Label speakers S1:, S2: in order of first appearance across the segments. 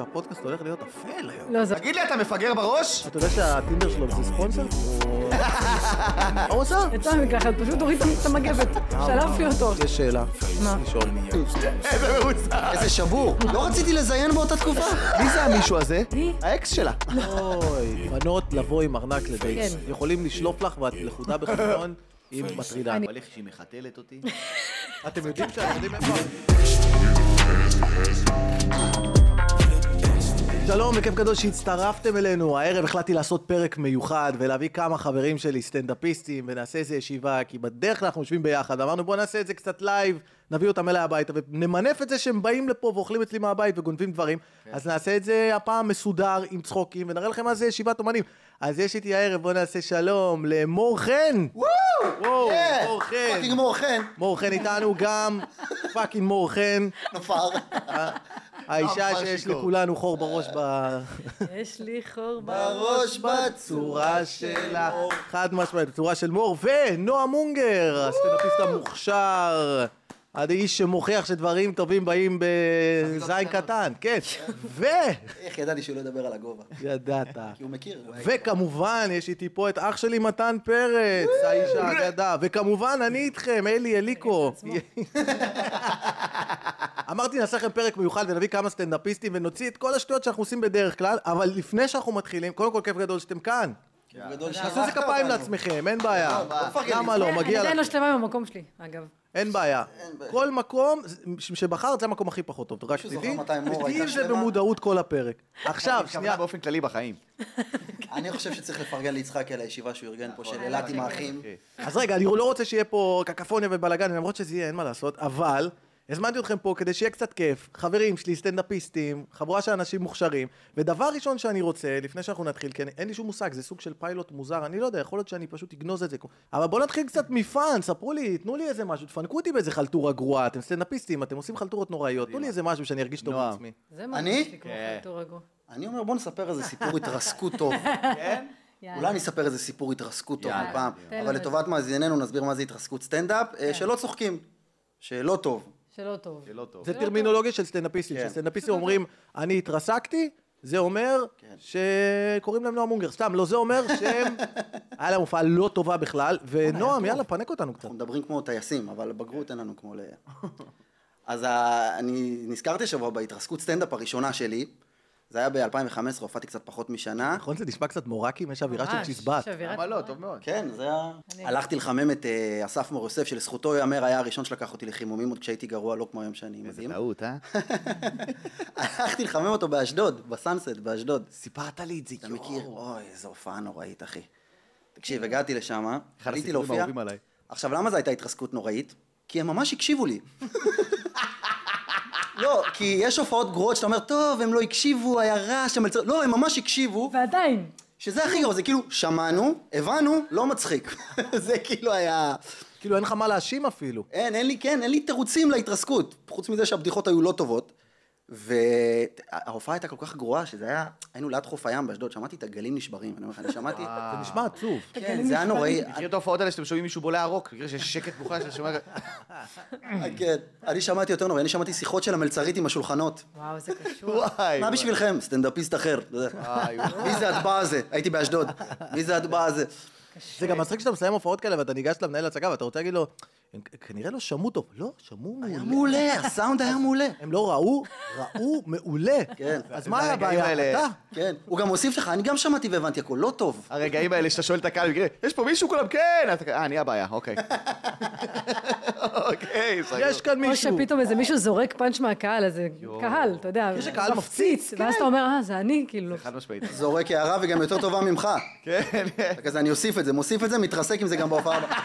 S1: שהפודקאסט הולך להיות אפל היום.
S2: לא, זה...
S3: תגיד לי, אתה מפגר בראש?
S1: אתה יודע שהטינדר שלו זה ספונסר? הוא עושה?
S2: יצא מככה, פשוט הוריד את המגבת, שלפתי אותו.
S1: יש שאלה.
S2: מה?
S1: לשאול.
S3: איזה מרוצה.
S4: איזה שבור. לא רציתי לזיין באותה תקופה.
S3: מי זה המישהו הזה?
S2: מי?
S3: האקס שלה.
S1: אוי, בנות לבוא עם ארנק לדייט.
S2: כן.
S1: יכולים לשלוף לך ואת לכודה בחשבון עם מטרידה.
S3: אבל איך שהיא מחתלת אותי.
S1: אתם יודעים שאתם יודעים איפה... שלום, וכיף גדול שהצטרפתם אלינו. הערב החלטתי לעשות פרק מיוחד ולהביא כמה חברים שלי, סטנדאפיסטים, ונעשה איזה ישיבה, כי בדרך כלל אנחנו יושבים ביחד. אמרנו, בואו נעשה את זה קצת לייב, נביא אותם אליי הביתה, ונמנף את זה שהם באים לפה ואוכלים אצלי מהבית וגונבים דברים. אז נעשה את זה הפעם מסודר, עם צחוקים, ונראה לכם מה זה ישיבת אומנים. אז יש איתי הערב, בואו נעשה שלום למור חן. וואו,
S4: כן.
S1: מור חן.
S4: פאקינג מור חן.
S1: מור חן איתנו גם, פאקינג מור חן,
S4: נופר.
S1: האישה שיש
S4: שיכור.
S1: לכולנו חור בראש
S2: יש לי חור
S4: בראש בצור.
S1: בצורה שלה, חד משמעית, בצורה של מור, ונועה מונגר, הסטנדאפיסט המוכשר, האיש שמוכיח שדברים טובים באים בזין קטן, כן, ו...
S4: איך ידעתי שהוא לא ידבר על הגובה?
S1: ידעת.
S4: כי הוא מכיר. הוא היה-
S1: וכמובן, יש איתי פה את אח שלי מתן פרץ, האיש האגדה, וכמובן, אני איתכם, אלי אליקו. אמרתי, נעשה לכם פרק מיוחד ונביא כמה סטנדאפיסטים ונוציא את כל השטויות שאנחנו עושים בדרך כלל, אבל לפני שאנחנו מתחילים, קודם כל כיף גדול שאתם כאן.
S4: הוא גדול
S1: תעשו איזה
S4: שאירחת
S1: כפיים
S4: אותנו.
S1: לעצמכם, אין בעיה.
S4: לא מפרגן,
S1: למה לא,
S2: אני
S1: מגיע
S2: עדיין
S1: לך.
S2: לא שלמה עם המקום שלי, אגב.
S1: אין בעיה. כל מקום ש- שבחרת, זה המקום הכי פחות טוב. רק
S4: מישהו זוכר
S1: תדעי,
S4: מתי מור הייתה
S1: תדעי את זה
S4: שלמה?
S1: במודעות כל הפרק. עכשיו,
S3: שנייה.
S1: שנייה.
S3: באופן כללי בחיים.
S4: אני חושב שצריך לפרגן ליצחקי על הישיבה שהוא ארגן פה,
S1: נכון.
S4: של אילת עם האחים.
S1: אז רגע, אני לא רוצה שיהיה פה קקפוניה ובלאגן, למרות שזה יהיה, אין מה לעשות, אבל הזמנתי אתכם פה כדי שיהיה קצת כיף. חברים שלי, סטנדאפיסטים, חבורה של אנשים מוכשרים, ודבר ראשון שאני רוצה, לפני שאנחנו נתחיל, כי אני- אין לי שום מושג, זה סוג של פיילוט מוזר, אני לא יודע, יכול להיות שאני פשוט אגנוז את זה. אבל בואו נתחיל קצת מפאן, ספרו לי, תנו לי איזה משהו, תפנקו אותי באיזה חלטורה גרועה, אתם סטנדאפיסטים, אתם עושים חלטורות נוראיות, תנו לי איזה משהו שאני ארגיש טוב עם
S3: נועם.
S1: עצמי.
S2: זה מה
S4: אני?
S2: שיש לי כמו
S3: כן.
S2: חלטור רגוע.
S4: אני אומר, בוא נספר איזה סיפור התרסקות טוב.
S3: כן?
S2: יאללה.
S4: אולי נספר איזה סיפור התרסקות טוב
S3: יאללה,
S4: מפעם.
S2: תן לנו
S4: אבל
S2: את כן.
S4: לטובת מאזיננו נסביר מה זה התרסקות סטנדאפ. אה, שלא צוחקים. שלא טוב.
S2: שלא טוב.
S3: זה לא טוב.
S1: זה טרמינולוגיה של סטנדאפיסטים,
S4: כן.
S1: שסטנדאפיסטים אומרים, אני התרסקתי, זה אומר
S3: כן.
S1: שקוראים להם נועם מונגר, סתם, לא, זה אומר שהם, היה להם הופעה לא טובה בכלל,
S3: אה,
S1: ונועם, יאללה, פנק אותנו קצת.
S3: נכון.
S4: אנחנו מדברים כמו טייסים, אבל בגרות אין לנו כמו ל... אז ה- אני נזכרתי השבוע בהתרסקות סטנדאפ הראשונה שלי, זה היה ב-2015, הופעתי קצת פחות משנה.
S1: נכון, זה נשמע קצת מורקים, יש אווירה של
S2: ממש,
S1: צ'יזבט.
S2: יש אווירת
S3: למה לא?
S2: נורא.
S3: טוב מאוד.
S4: כן, זה היה...
S2: אני-
S4: הלכתי לחמם את אה, אסף מור יוסף, שלזכותו ייאמר, היה הראשון שלקח אותי לחימומים עוד כשהייתי גרוע, לא כמו היום שאני
S3: איזה
S4: מדהים.
S3: טעות, אה?
S4: הלכתי לחמם אותו באשדוד, בסאנסט, באשדוד.
S3: סיפרת לי את זה,
S1: כאילו,
S4: אתה מכיר? אוי, איזו הופעה נוראית, אחי. תקשיב, הגעתי לשם,
S3: אחד
S4: עליתי
S3: הסיפורים
S4: להופיע.
S3: האהובים עליי.
S4: עכשיו, למה זו הייתה התרסקות נוראית? כי הם ממש הקשיבו לי. לא, כי יש הופעות גרועות שאתה אומר, טוב, הם לא הקשיבו, היה רעש, הם... מלצר-" לא, הם ממש הקשיבו,
S2: ועדיין.
S4: שזה הכי גרוע, זה כאילו, שמענו, הבנו, לא מצחיק. זה כאילו היה...
S1: כאילו, אין לך מה להאשים אפילו.
S4: אין, אין לי, כן, אין לי תירוצים להתרסקות. חוץ מזה שהבדיחות היו לא טובות. וההופעה הייתה כל כך גרועה, שזה היה... היינו ליד חוף הים באשדוד, שמעתי את הגלים נשברים, אני אומר לך, אני שמעתי...
S1: זה
S3: אה.
S1: נשמע עצוב.
S4: כן, זה היה נוראי.
S3: מכיר את ההופעות האלה שאתם שומעים מישהו בולע רוק? מכיר שיש שקט מוחלט שאתה שומע...
S4: כן. אני שמעתי יותר נוראי, אני שמעתי שיחות של המלצרית עם השולחנות.
S2: וואו, זה קשור.
S3: וואי.
S4: מה בשבילכם? סטנדאפיסט אחר. אתה יודע.
S3: וואי, וואי.
S4: מי זה הטבע הזה? הייתי באשדוד. מי זה הטבע הזה?
S1: זה גם מצחיק שאתה מסיים הופעות כאלה ואתה ניגש למנהל הצגה ואתה רוצה להגיד לו, "הם כ- כנראה לא שמעו טוב. לא,
S3: אה,
S1: שמעו
S4: היה
S1: מעולה.
S4: מעולה, הסאונד היה מעולה.
S1: הם לא ראו, ראו מעולה.
S4: כן.
S1: אז
S3: זה
S1: מה היה
S3: הרגעים
S1: הבעיה?
S3: האלה.
S1: אתה?
S4: כן. הוא גם הוסיף לך, אני גם שמעתי והבנתי הכל לא טוב.
S3: הרגעים האלה שאתה שואל את הקהל, מכיר, יש פה מישהו כולם? כן! אתה כזה, אה, אני הבעיה, אוקיי. אוקיי, סגור.
S1: יש כאן
S2: או
S1: מישהו.
S2: שפתאום איזה מישהו זורק פאנץ' מהקהל, אז זה קהל, אתה יודע.
S1: יש שקהל מפציץ,
S2: ואז אתה אומר, אה, זה אני, כאילו.
S3: חד משמעית.
S4: זורק הערה וגם יותר טובה ממך.
S3: כן.
S4: אתה כזה, אני אוסיף את זה, מוסיף את זה, מתרסק עם זה גם בהופעה הבאה.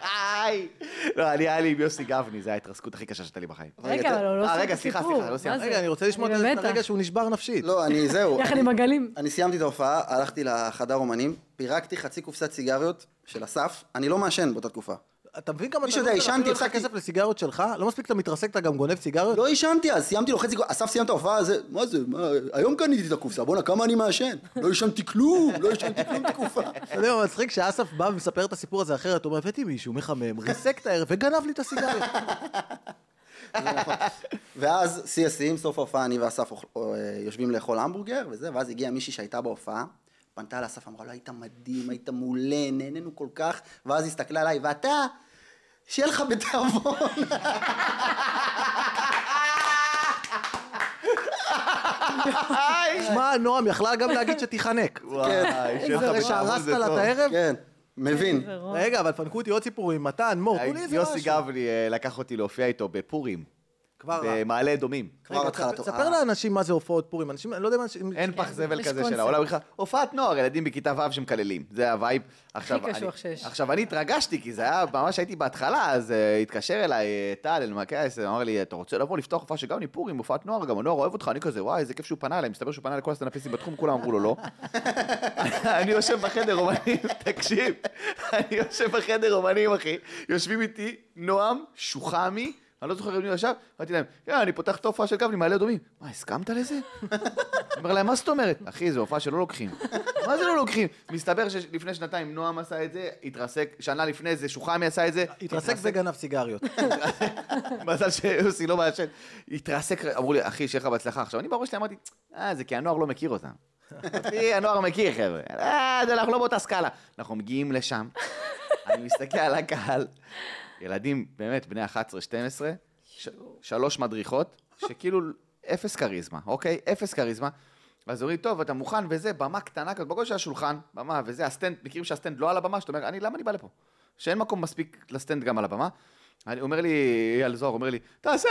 S3: היי. לא, אני היה לי עם יוסי גבני, זו הייתה ההתרסקות הכי קשה שהייתה לי בחיים.
S2: רגע, אבל הוא לא
S3: אה,
S2: עושה את
S3: רגע, סליחה,
S2: הסיפור.
S3: סליחה, לא
S2: מה
S3: סיימתי.
S2: זה?
S1: רגע, אני רוצה לשמוע את
S2: אני
S1: ה- את
S2: במתח.
S1: הרגע שהוא נשבר נפשית.
S4: לא, אני, זהו.
S2: יחד עם הגלים.
S4: אני סיימתי את ההופעה, הלכתי לחדר אומנים, פירקתי חצי קופסת סיגריות של אסף, אני לא מעשן באותה תקופה.
S1: אתה מבין כמה
S4: מישהו
S1: אתה-
S4: יודע,
S1: אפילו
S4: עישנתי,
S1: אין לך
S4: הפסקתי.
S1: כסף לסיגריות שלך? לא מספיק אתה מתרסק, אתה גם גונב סיגריות?
S4: לא עישנתי אז, סיימתי לו חצי קופסה, אסף סיים את ההופעה, זה, מה זה, מה, היום קניתי את הקופסה, בואנה, כמה אני מעשן? לא עישנתי כלום, לא עישנתי כלום תקופה.
S1: אתה יודע מה לא, מצחיק? שאסף בא ומספר את הסיפור הזה אחרת, הוא אומר, הבאתי מישהו מחמם, ריסק את הערב וגנב לי את הסיגריות.
S4: זה נכון. ואז שיא השיאים, סוף ההופעה, אני ואסף אוכ- אה, יושבים לאכול המבורגר וזה, ואז הגיעה מישהי שהייתה בהופעה, פנתה לאסף, אמרה לו, היית מדהים, היית מעולה, נהנינו כל כך, ואז הסתכלה עליי, ואתה, שיהיה לך בתיאבון.
S1: שמע, נועם יכלה גם להגיד שתיחנק.
S3: וואי, שיהיה לך
S1: זה
S3: בתיאבון,
S1: שהרסת
S3: זה
S1: לה את
S3: טוב.
S1: הערב?
S4: כן, מבין.
S1: רגע, אבל פנקו אותי עוד סיפורים. מתן, מור, תנו לי איזה משהו.
S3: יוסי גבני אה, לקח אותי להופיע איתו בפורים.
S1: כבר רע.
S3: במעלה אדומים.
S4: כבר
S1: רגע,
S4: התחלת. אה.
S1: תספר- תספר לאנשים מה זה הופעות פורים. אנשים, אני לא יודע מה... אנשים-
S3: אין פח זבל
S2: כן, יש
S3: כזה
S2: קונספט.
S3: של העולם בכלל. הופעת נוער, ילדים בכיתה ו' שמקללים. זה הווייב. עכשיו,
S2: קשוח
S3: אני-
S2: שיש.
S3: עכשיו, אני התרגשתי, כי זה היה ממש הייתי בהתחלה, אז אה, התקשר אליי אה, טל אלמקייס, אמר לי, אתה רוצה לבוא לפתוח הופעה של גבני פורים, הופעת נוער, גם הנוער אוהב אותך, אני כזה, וואי, איזה כיף שהוא פנה אליי, מסתבר שהוא פנה לכל הסטנאפיסטים בתחום, כולם אמרו לו לא. אני יושב בחדר אומנים, תקשיב, אני יושב בחדר אומנים, אחי, יושבים איתי נועם, שוחמי, אני לא זוכר מי הוא ישב, אמרתי להם, כן, אני פותח את ההופעה של גבני, מעלה אדומים. מה, הסכמת לזה? אני אומר להם, מה זאת אומרת? אחי, זו הופעה שלא לוקחים. מה זה לא לוקחים? מסתבר שלפני שנתיים נועם עשה את זה, התרסק, שנה לפני זה שוחמי עשה את זה.
S1: התרסק וגנב סיגריות.
S3: מזל שיוסי לא מעשן. התרסק, אמרו לי, אחי, שיהיה לך בהצלחה. עכשיו, אני בראש שלי אמרתי, אה, זה כי הנוער לא מכיר אותם. אחי, הנוער מכיר, חבר'ה. אה, זה אנחנו לא באותה סקאלה. אנחנו מגיעים לשם, אני מסתכל על הקהל, ילדים, באמת, בני 11-12, ש- שלוש מדריכות, שכאילו אפס כריזמה, אוקיי? אפס כריזמה. אז אומרים, טוב, אתה מוכן וזה, במה קטנה כזאת, בגודל של השולחן, במה וזה, הסטנד, מכירים שהסטנד לא על הבמה, שאתה אומר, אני, למה אני בא לפה? שאין מקום מספיק לסטנד גם על הבמה. אני, אומר לי, אייל זוהר אומר לי, תעשה,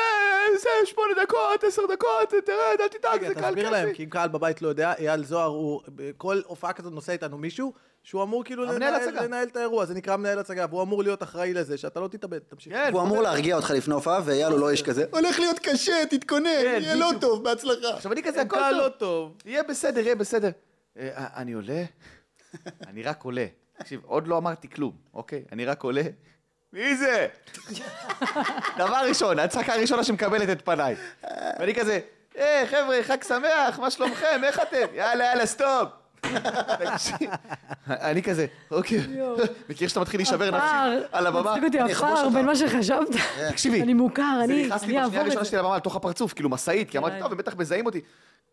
S3: זה, שמונה דקות, עשר דקות, תרד, אל תדאג,
S1: רגע,
S3: זה קהל
S1: תסביר להם,
S3: כיפי.
S1: כי אם קהל בבית לא יודע, אייל זוהר הוא, בכל הופעה כזאת נושא איתנו מישהו, שהוא אמור כאילו
S3: המנהל
S1: לנהל-
S3: הצגה.
S1: לנהל את האירוע, זה נקרא מנהל הצגה, והוא אמור להיות אחראי לזה, שאתה לא תתאבד, תמשיך.
S3: כן,
S4: הוא אמור להרגיע אותך לפני הופעה, ואייל הוא לא איש כזה, הולך להיות קשה, תתכונן, יהיה לא טוב, בהצלחה.
S3: כן, עכשיו אני כזה, הכל
S1: קהל
S3: טוב.
S1: לא טוב.
S3: יהיה בסדר, יהיה בסדר. אה, אני עולה, אני רק עולה. תקשיב, עוד לא אמרתי כלום, אוקיי? אני רק עולה. מי זה? דבר ראשון, הצעקה הראשונה שמקבלת את פניי. ואני כזה, אה, חבר'ה, חג שמח, מה שלומכם, איך אתם? יאללה, יאללה, סטופ. תקשיב, אני כזה, אוקיי,
S2: יואו.
S3: מכיר שאתה מתחיל להישבר נפשי
S2: הפער,
S3: על הבמה?
S2: מצחיק אותי
S4: אני אחבוש
S2: הפער
S4: אותך.
S2: בין מה שחשבת.
S3: תקשיבי,
S2: אני מוכר,
S3: זה
S2: אני
S3: נכנס לי
S2: אני
S3: בשנייה
S2: אעבור
S3: הראשונה
S2: את זה.
S3: שלי לבמה לתוך הפרצוף, כאילו משאית, כי אמרתי,
S2: כן.
S3: טוב, הם בטח מזהים אותי.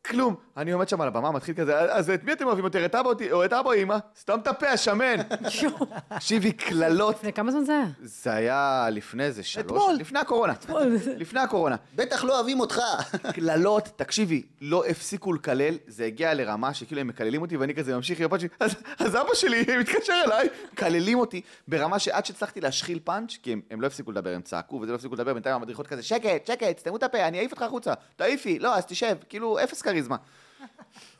S3: כלום. אני עומד שם על הבמה, מתחיל כזה, אז את מי אתם אוהבים יותר, את אבא אותי- או את אבא או אמא? סתום את הפה, השמן.
S2: יואו.
S3: תקשיבי, קללות.
S2: לפני כמה זמן זה היה?
S3: זה היה לפני איזה שלוש...
S1: אתמול.
S3: לפני הקורונה. לפני הקורונה.
S4: בטח לא אוהבים אותך.
S3: קללות, תקשיבי, לא הפסיקו לקלל, זה הגיע לרמה שכאילו הם מקללים אותי ואני כזה ממשיך עם הפאנץ' שלי, אז, אז אבא שלי מתקשר אליי, מקללים אותי, ברמה שעד שהצלחתי להשחיל פאנץ', כי הם, הם לא הפסיקו לדבר, הם צעקו וזה לא הפסיקו לדבר, בינתיים המדריכות כזה, שקט, שקט, סתמו את הפה, אני אעיף אותך החוצה, תעיפי, לא, אז תשב, כאילו, אפס כריזמה.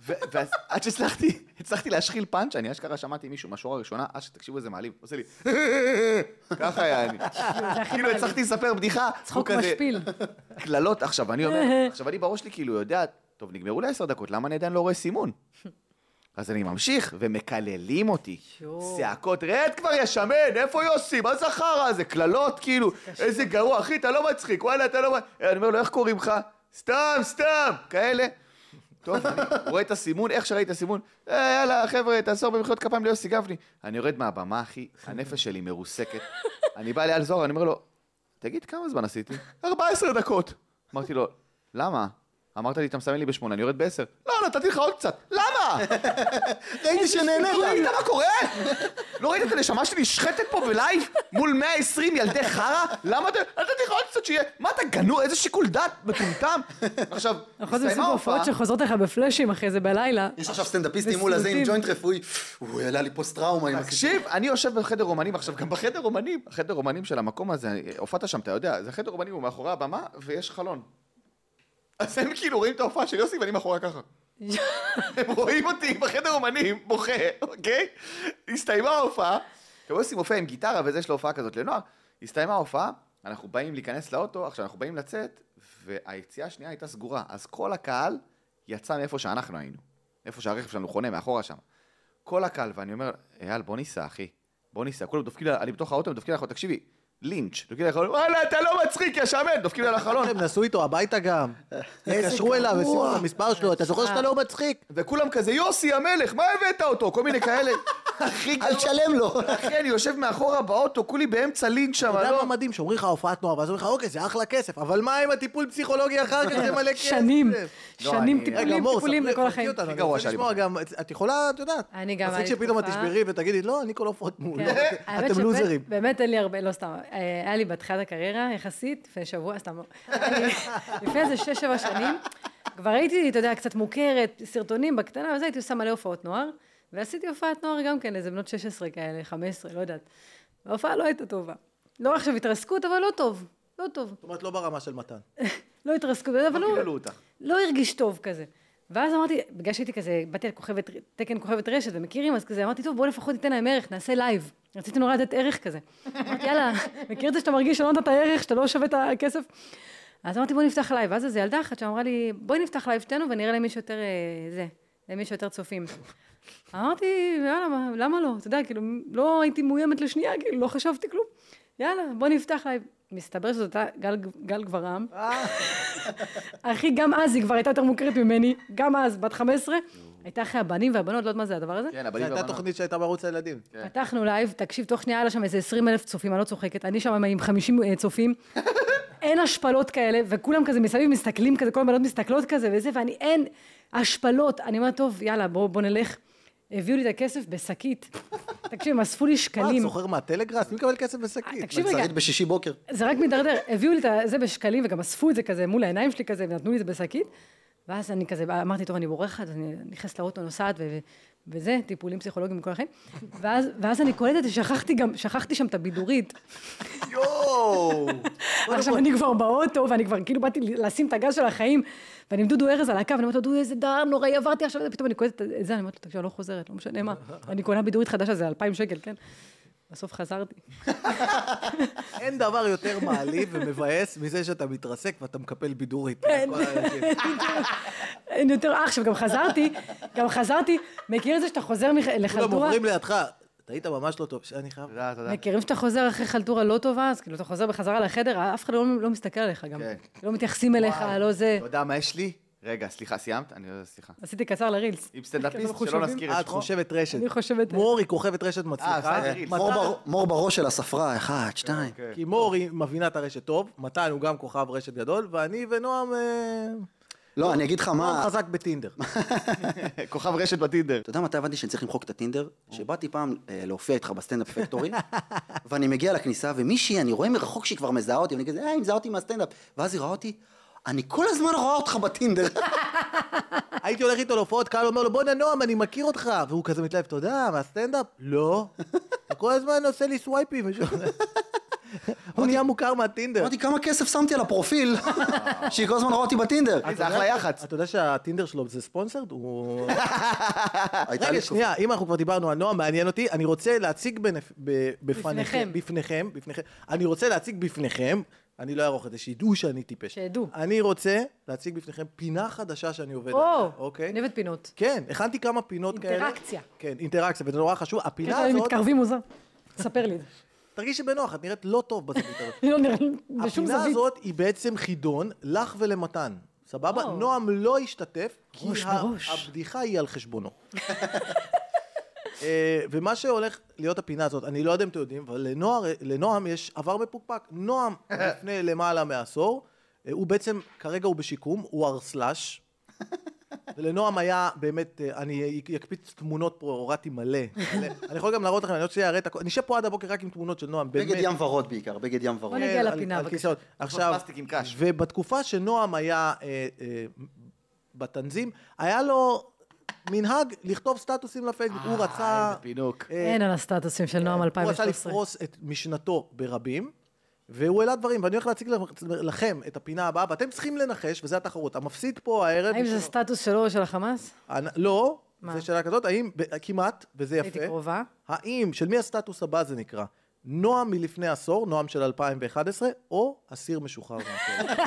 S3: ו- ואז עד שהצלחתי, הצלחתי להשחיל פאנץ', אני אשכרה שמעתי מישהו מהשורה הראשונה, עד שתקשיבו איזה מעליב, עושה לי, ככה היה אני. כאילו הצלחתי לספר בדיחה,
S2: צחוק
S3: הוא כזה-
S2: משפיל.
S3: קללות, עכשיו אני אומר, עכשיו אני בראש שלי כאילו יודע, טוב, נגמרו לי עשר דקות, למה אני עדיין לא רואה סימון? אז אני ממשיך, ומקללים אותי.
S2: שוב.
S3: צעקות, רד כבר, יא שמן, איפה יוסי? מה זה החרא הזה? קללות, כאילו, איזה גרוע, אחי, אתה לא מצחיק, וואלה, אתה לא... מצ- אני אומר לו, איך קוראים לך? סתם, סתם, כאלה. טוב, אני רואה את הסימון, איך שראיתי את הסימון, אה, יאללה, חבר'ה, תעשו במחיאות כפיים ליוסי גפני. אני יורד מהבמה, אחי, הנפש שלי מרוסקת. אני בא לאייל זוהר, אני אומר לו, תגיד, כמה זמן עשיתי? 14 דקות. אמרתי לו, למה? אמרת לי, אתה מסמן לי בשמונה, אני יורד בעשר. לא, נתתי לך עוד קצת. למה?
S4: ראיתי שנהנית.
S3: לא ראית מה קורה? לא ראית את הנשמה שלי נשחטת פה בלייב מול 120 ילדי חרא? למה אתה... נתתי לך עוד קצת שיהיה... מה אתה גנוע? איזה שיקול דעת מטומטם? עכשיו,
S2: נכון, זה מסוג
S3: הסתיימה
S2: ההופעות
S3: ההופעה.
S2: שחוזרות לך בפלאשים אחרי זה בלילה.
S4: יש עכשיו סטנדאפיסטים מול הזה עם
S2: וסיוטים.
S4: ג'וינט רפואי, הוא העלה לי פוסט טראומה עם הכיסא.
S3: תקשיב, אני יושב בחדר אומנים עכשיו, גם בחדר אומנים, החדר אומנים של המקום הזה, אני- הופעת שם, אתה יודע, זה חדר אומנים, הוא מאחורי הבמה ויש חלון. אז הם כאילו רואים את ההופעה של יוסי ואני מאחורי ככה. הם רואים אותי בחדר אומנים, בוכה, אוקיי? הסתיימה ההופעה. גם יוסי מופיע עם גיטרה וזה, יש לו הופעה כזאת לנוער. הסתיימה ההופעה, אנחנו באים להיכנס לאוטו, עכשיו אנחנו באים לצאת, והיציאה השנייה הייתה סגורה. אז כל הקהל יצא מאיפה שאנחנו היינו. איפה שהרכב שלנו חונה, מאחורה שם. כל הקהל, ואני אומר, אייל, בוא ניסע, אחי. בוא ניסע. כולם דופקים, לי- אני בתוך האוטו, הם דופקים לי על החלון, תקשיבי, לינץ', דופקים לי על החלון, וואלה, אתה לא מצחיק, יא שמן, דופקים לי על החלון.
S1: הם נסעו איתו הביתה גם. התקשרו אליו,
S3: אה.
S1: השיגו את המספר שלו, אתה זוכר שאתה לא מצחיק?
S3: וכולם כזה, יוסי המלך, מה הבאת אותו? כל מיני כאלה. הכי
S4: אל
S3: גרוע.
S4: תשלם לו.
S3: אחי, אני יושב מאחורה באוטו, כולי באמצע לינץ' שם,
S1: אתה יודע
S3: לא?
S1: מה מדהים? שאומרים לך הופעת נוער, ואז אומרים לך, אוקיי, זה אחלה כסף, אבל מה עם הטיפול פסיכולוגי אחר כך? זה מלא כסף.
S2: שנים,
S3: לא,
S2: שנים
S3: אני-
S1: רגע,
S2: טיפולים,
S1: מור,
S2: טיפולים
S1: ספרי,
S2: לכל
S1: חלקי
S2: החיים.
S1: אותנו, אני
S3: הכי גרוע
S1: רוצה
S3: שהיה לי
S1: לשמוע
S3: בחיים.
S1: גם, את יכולה, את יודעת.
S2: אני גם,
S1: מצחיק
S2: היה לי
S1: שפתאום את
S2: תקופה.
S1: תשברי ותגידי, לא, אני כל עופות מול.
S2: כן. האמת
S1: אתם
S2: שבאמת-
S1: לוזרים.
S2: באמת אין לי הרבה, לא סתם, אה, היה לי בתחילת הקריירה, יחסית, לפני שבוע, סתם, לא. היה לי- לפני איזה שש-שבע שנים, כבר הייתי, אתה יודע, קצת מוכרת, סרטונים בקטנה וזה, הייתי עושה מלא הופעות נוער, ועשיתי הופעת נוער גם כן, איזה בנות 16 כאלה, 15, לא יודעת. וההופעה לא הייתה טובה. לא עכשיו התרסקות, אבל לא טוב, לא טוב.
S1: זאת אומרת, לא ברמה של מתן.
S2: לא התרסקות, אבל לא...
S3: קיללו אותך.
S2: לא הרגיש טוב כזה. ואז אמרתי, בגלל שהייתי כזה, באתי על כוכבת, תקן כוכבת רשת, ומכירים, אז כזה, אמרתי, טוב, בוא לפחות ניתן להם ערך, נעשה לייב. רציתי נורא לתת ערך כזה. אמרתי, יאללה, מכיר את זה שאתה מרגיש שלא נתת ערך, שאתה לא שווה את הכסף? אז אמרתי, בוא נפתח לייב. ואז איזו ילדה אחת שאמרה לי, בואי נפתח לייב שתינו ונראה למי שיותר, אה, זה, למי שיותר צופים. אמרתי, יאללה, מה- למה לא? אתה יודע, כאילו, לא הייתי מאוימת לשנייה, כאילו, לא חשבתי כלום. יאללה, בוא נפתח לייב. מסתבר שזאת הייתה גל, גל גברעם. אחי, גם אז היא כבר הייתה יותר מוכרת ממני, גם אז, בת 15, הייתה אחרי הבנים והבנות, לא יודעת מה זה הדבר הזה.
S3: כן,
S1: זו
S3: הבנים
S1: הייתה
S3: והבנות.
S1: תוכנית שהייתה בערוץ הילדים.
S2: פתחנו לייב, תקשיב, תוך שנייה היה לה שם איזה 20 אלף צופים, אני לא צוחקת, אני שם עם 50 אה, צופים. אין השפלות כאלה, וכולם כזה מסביב מסתכלים כזה, כל הבנות מסתכלות כזה וזה, ואני אין השפלות. אני אומרת, טוב, יאללה, בוא, בוא נלך. הביאו לי את הכסף בשקית. תקשיב, הם אספו לי
S1: מה, את
S2: שקלים.
S1: זוכר מה, טלגראס? מי מקבל כסף בשקית?
S2: אה, תקשיב רגע,
S4: שרית בשישי בוקר.
S2: זה רק מידרדר. הביאו לי את ה- זה בשקלים, וגם אספו את זה כזה מול העיניים שלי כזה, ונתנו לי את זה בשקית. ואז אני כזה, אמרתי, טוב, אני בורחת, אז אני נכנסת לאוטו, נוסעת, ו- ו- וזה, טיפולים פסיכולוגיים וכל החיים. ואז, ואז אני קולטת ששכחתי גם, שכחתי שם את הבידורית.
S1: יואו!
S2: עכשיו אני כבר באוטו, ואני כבר כאילו באתי לשים את הגז של החיים, ואני עם דודו ארז על הקו, אני אומרת לו, דודו, איזה דבר נוראי עברתי עכשיו, פתאום אני קולטת את זה, אני אומרת לו, תקשיב, אני לא חוזרת, לא משנה מה. אני קונה בידורית חדשה, זה 2,000 שקל, כן? בסוף חזרתי.
S1: אין דבר יותר מעליב ומבאס מזה שאתה מתרסק ואתה מקפל בידורית.
S2: כן.
S1: כל האנשים.
S2: אין יותר אח, עכשיו גם חזרתי, גם חזרתי, מכיר את זה שאתה חוזר מח-
S1: כולם
S2: לחלטורה?
S1: עוברים לידך, אתה היית ממש לא טוב, שאני חייב...
S3: תודה, תודה.
S2: מכירים שאתה חוזר אחרי חלטורה לא טובה, אז כאילו אתה חוזר בחזרה לחדר, אף אחד לא לא מסתכל עליך גם.
S3: כן.
S2: לא מתייחסים אליך, לא זה.
S3: אתה יודע מה יש לי? רגע, סליחה, סיימת? אני לא סליחה.
S2: עשיתי קצר לרילס.
S3: עם סטנדאפיסט
S2: אנחנו
S3: שלא
S2: חושבים-
S3: נזכיר
S1: אה,
S3: את
S1: את
S3: שמו.
S1: חושבת רשת.
S2: אני חושבת-
S1: מור היא כוכבת רשת מצליחה.
S3: אה, סליחה.
S1: מתן-
S4: מור בר- מור בראש של הספרה, אחד, שתיים.
S1: כי מור היא מבינה את הרשת טוב, מתן הוא גם כוכב רשת גדול, ואני ונועם... אה,
S4: לא, אני אגיד לך
S1: נועם
S4: מה...
S1: חזק בטינדר.
S3: כוכב רשת בטינדר.
S4: אתה יודע מתי הבנתי שאני צריך למחוק את הטינדר? שבאתי פעם אה, להופיע איתך בסטנדאפ פקטורי, ואני מגיע לכניסה, ומישהי, אני רואה מרחוק שהיא כבר מזהה אותי, ואני כזה, אה, היא מזהה אותי מהסטנדאפ. ואז היא רואה אותי, אני כל הזמן רואה אותך בטינדר.
S1: הייתי הולך איתו להופעות, קהל אומר לו, בואנה נועם, אני מכיר אותך. והוא כזה מתלהב, תודה, מהסטנדאפ? לא. הוא כל הזמן עושה לי סווייפים. ושוב- הוא נהיה מוכר מהטינדר.
S4: אמרתי, כמה כסף שמתי על הפרופיל, שהיא כל הזמן רואה אותי בטינדר.
S3: אה, זה אחלה יח"צ.
S1: אתה יודע שהטינדר שלו זה ספונסרד? הוא...
S4: הייתה לי
S1: אה, רגע,
S4: תקופה-
S1: שנייה, אם אנחנו כבר דיברנו על נועם, מעניין אותי, אני רוצה להציג בנפ- ב- בפניכם,
S2: בפניכם.
S1: בפניכם, בפניכם, אני רוצה להציג בפניכם, אני לא אערוך את זה, שידעו שאני טיפש.
S2: שידעו.
S1: אני רוצה להציג בפניכם פינה חדשה שאני עובד עליה,
S2: או,
S1: אוקיי?
S2: נבט פינות.
S1: כן, הכנתי כמה פינות כאלה.
S2: אינטראקציה.
S1: כן, אינטראקציה, וזה נורא חשוב. הפינה
S2: ככה הם
S1: הזאת,
S2: מתקרבים מוזר. ספר לי את זה.
S1: תרגישי בנוח, את נראית לא טוב בזווית הזאת.
S2: אני לא נראה לי בשום
S1: הפינה
S2: זווית.
S1: הזאת היא בעצם חידון לך ולמתן. סבבה?
S2: וואו.
S1: נועם לא השתתף, כי
S2: ראש
S1: ה-
S2: בראש.
S1: הבדיחה היא על חשבונו. אה, ומה שהולך להיות הפינה הזאת, אני לא יודע אם אתם יודעים, אבל לנוער, לנועם יש עבר מפוקפק. נועם לפני למעלה מעשור, אה, הוא בעצם, כרגע הוא בשיקום, הוא ארסלש. ולנועם היה באמת, אה, אני אקפיץ תמונות פה, הורדתי מלא. מלא. אני יכול גם להראות לכם, אני רוצה שאראה את הכל. נשב פה עד הבוקר רק עם תמונות של נועם, באמת.
S4: בגד ים ורוד בעיקר, בגד ים ורוד.
S2: בוא נגיע
S1: על-
S2: לפינה,
S1: על
S2: בבקשה.
S1: כיסאות. עכשיו,
S3: פלסטיק עם קש.
S1: ובתקופה שנועם היה אה, אה, בתנזים, היה לו מנהג לכתוב סטטוסים
S3: אה,
S1: לפייסבוק. הוא רצה...
S3: פינוק.
S1: אה,
S2: אין על הסטטוסים של נועם
S1: הוא רצה
S2: 2013.
S1: לפרוס את משנתו ברבים, והוא העלה דברים, ואני הולך להציג לכם את הפינה הבאה, ואתם צריכים לנחש, וזו התחרות. המפסיד פה הערב...
S2: האם זה
S1: שלו.
S2: סטטוס שלו או של החמאס?
S1: אנ- לא,
S2: מה?
S1: זו שאלה כזאת, האם, ב- כמעט, וזה יפה.
S2: הייתי קרובה.
S1: האם, של מי הסטטוס הבא זה נקרא? נועם מלפני עשור, נועם של 2011, או אסיר משוחרר מהכלא.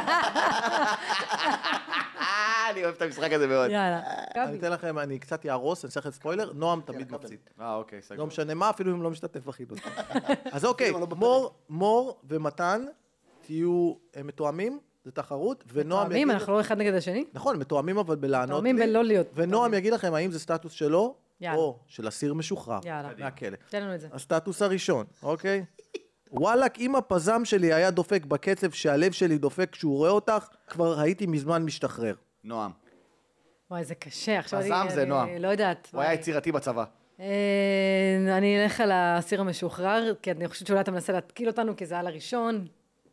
S3: אה, אני אוהב את המשחק הזה מאוד.
S2: יאללה.
S1: אני
S2: גבי.
S1: אתן לכם, אני קצת יהרוס, אני אעשה לכם ספוילר,
S2: כן,
S1: נועם תמיד מפסיד.
S3: אה, אוקיי,
S1: לא
S3: סגור.
S1: משנה מה, אפילו אם הוא לא משתתף בחידוד. אז אוקיי,
S4: אפילו לא בפרק.
S1: מור, מור ומתן, תהיו אה, מתואמים, זו תחרות, ונועם
S2: מתואמים,
S1: יגיד...
S2: אנחנו לא אחד נגד השני?
S1: נכון, מתואמים אבל בלענות
S2: מתואמים
S1: לי.
S2: בלא להיות
S1: ונועם יגיד לכם האם זה סטטוס שלו,
S2: יאללה.
S1: או של אסיר משוחרר
S2: יאללה.
S1: מהכלא.
S2: תן לנו את זה.
S1: הסטטוס הראשון, אוקיי? וואלכ, אם הפזם שלי היה דופק בקצב שהלב שלי דופק כשהוא רואה אותך, כבר הייתי מזמן משתחרר.
S3: נועם.
S2: וואי, זה קשה. עכשיו אני...
S3: פזם זה
S2: אני
S3: נועם.
S2: לא יודעת.
S3: הוא היה
S2: וואי.
S3: יצירתי בצבא.
S2: אה, אני אלך על האסיר המשוחרר, כי אני חושבת שאולי אתה מנסה להתקיל אותנו, כי זה על הראשון.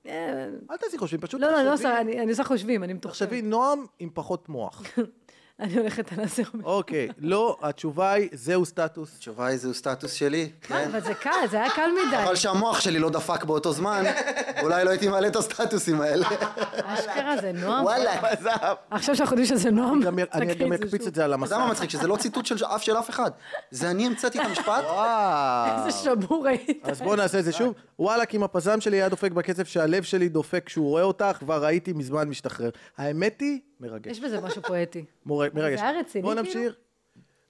S2: אה,
S1: אל תעשי חושבים, פשוט
S2: לא, לא, אני לא
S1: תחשבי-
S2: עושה, אני אני עושה חושבים, אני מתוחשבת.
S1: תחשבי נועם עם פחות מוח.
S2: אני הולכת על האסיר המשוחרר.
S1: אוקיי, לא, התשובה היא, זהו סטטוס.
S4: התשובה היא זהו סטטוס שלי.
S2: מה, אה, אבל זה קל, זה היה קל מדי.
S4: אבל שהמוח שלי לא דפק באותו זמן, אולי לא הייתי מעלה את הסטטוסים האלה.
S2: אשכרה זה
S1: אה,
S2: נועם.
S4: וואלה.
S3: עזב.
S2: עכשיו שאנחנו יודעים שזה נועם,
S1: גם י- אני
S2: תקריא
S1: גם
S2: זה
S1: אקפיץ
S2: שוב.
S1: את זה על
S4: אתה
S1: המסך.
S4: יודע מה מצחיק? שזה לא ציטוט של אף של אף אחד. זה אני המצאתי את המשפט,
S3: וואו.
S2: איזה שבור היית.
S1: אז בואו נעשה את זה שוב. וואלכ, אם הפזם שלי היה דופק בקצב שהלב שלי דופק כשהוא רואה אותך, כבר הייתי מזמן משתחרר. האמת היא, מרגש.
S2: יש בזה משהו פואטי.
S1: מור- מרגש.
S2: זה היה רציני,
S1: בואו
S2: כאילו?
S1: נמשיך.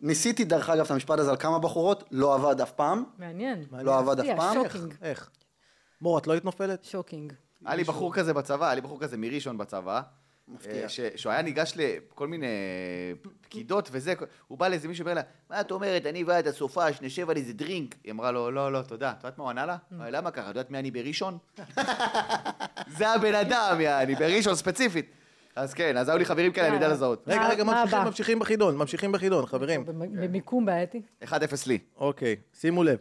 S4: ניסיתי דרך אגב את המשפט הזה על כמה בחורות, לא עבד אף פעם.
S2: מעניין.
S4: לא עבד אף
S2: מפתיע,
S4: פעם.
S2: שוקינג.
S1: איך? מור, את לא היית נופלת?
S2: שוקינג.
S3: היה לי בחור כזה בצבא, היה לי בחור כזה מראשון בצבא. מפתיע. שהוא היה ניגש לכל מיני פקידות וזה, הוא בא לאיזה מישהו ואומר לה, מה את אומרת, אני ואת הסופש, נשב על איזה דרינק. היא אמרה לו, לא, לא, תודה. את יודעת מה הוא ענה לה? "אה, למה ככה? את יודעת מי אני בראשון? זה הבן אדם, יעני, בראשון ספציפית. אז כן, אז היו לי חברים כאלה, אני יודע
S2: יאללה.
S3: לזהות.
S1: רגע,
S2: מה-
S1: רגע,
S2: מה
S1: ממשיכים,
S2: הבא? אוקיי.
S1: ממשיכים בחידון, ממשיכים בחידון, חברים.
S2: במיקום בעייתי.
S3: 1-0 לי.
S1: אוקיי, שימו לב.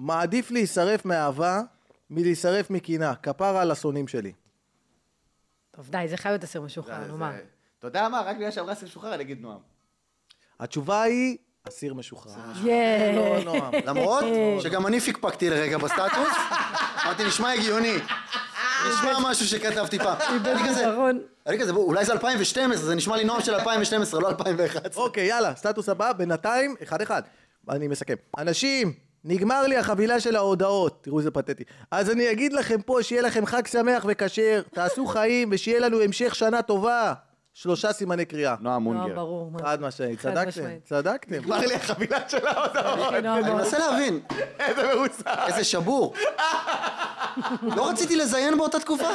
S1: מעדיף להישרף מאהבה מלהישרף מקנאה. כפרה על השונאים שלי.
S2: טוב, די, זה חייב להיות אסיר
S3: זה-
S2: משוחרר, אה, נו מה.
S3: זה- אתה יודע מה? רק בגלל שאמרה סיר שוחרר, אני אגיד נועם.
S1: התשובה היא, אסיר משוחרר.
S2: ייי.
S1: לא, נועם.
S4: למרות שגם אני פיקפקתי לרגע בסטטוס, אמרתי נשמע הגיוני, נשמע משהו שכתבתי פעם. לא. אני כזה,
S2: זיכרון.
S4: אני כזה, בוא, אולי זה 2012, זה נשמע לי נועם של 2012, לא 2011.
S1: אוקיי, יאללה, סטטוס הבא, בינתיים, אחד אחד. אני מסכם. אנשים, נגמר לי החבילה של ההודעות. תראו איזה פתטי. אז אני אגיד לכם פה שיהיה לכם חג שמח וכשר, תעשו חיים ושיהיה לנו המשך שנה טובה. שלושה סימני קריאה.
S3: נועם
S2: נועם
S3: מונגר.
S2: ברור. מה.
S1: חד משמעית,
S2: חד
S1: צדקתם, לא,
S2: משמעית.
S1: צדקתם.
S3: אמר לי החבילה של ההודעות.
S2: כן, נועם
S4: אני
S2: ברור.
S4: מנסה להבין,
S3: איזה מרוסק.
S4: איזה שבור. לא רציתי לזיין באותה תקופה.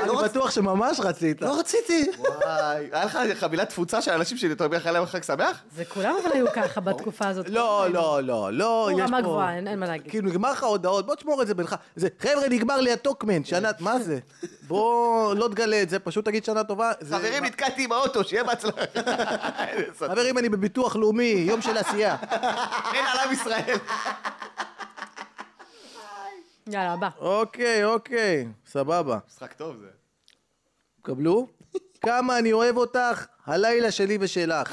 S1: אני
S4: לא רצ-
S1: בטוח שממש רצית.
S4: לא רציתי.
S3: וואי, היה לך חבילת תפוצה של אנשים שנתרבי אחרי להם חג שמח?
S2: זה כולם אבל היו ככה בתקופה הזאת.
S1: לא, לא, לא, לא,
S2: הוא
S1: יש פה...
S2: רמה גבוהה, אין- אין מה להגיד.
S1: כאילו, נגמר לך הודעות, בוא תשמור את זה בינך. זה, חבר'ה, נגמר לי הטוקמן, שנה... מה זה? בוא, לא תגלה את זה, פשוט תגיד שנה טובה. זה-
S3: חברים, נתקעתי עם האוטו, שיהיה בהצלחה. איזה סרט.
S1: חברים, אני בביטוח לאומי, יום של עשייה.
S3: אין על עם ישראל.
S2: יאללה, הבא.
S1: אוקיי, אוקיי, סבבה.
S3: משחק טוב זה.
S1: קבלו? כמה אני אוהב אותך, הלילה שלי ושלך.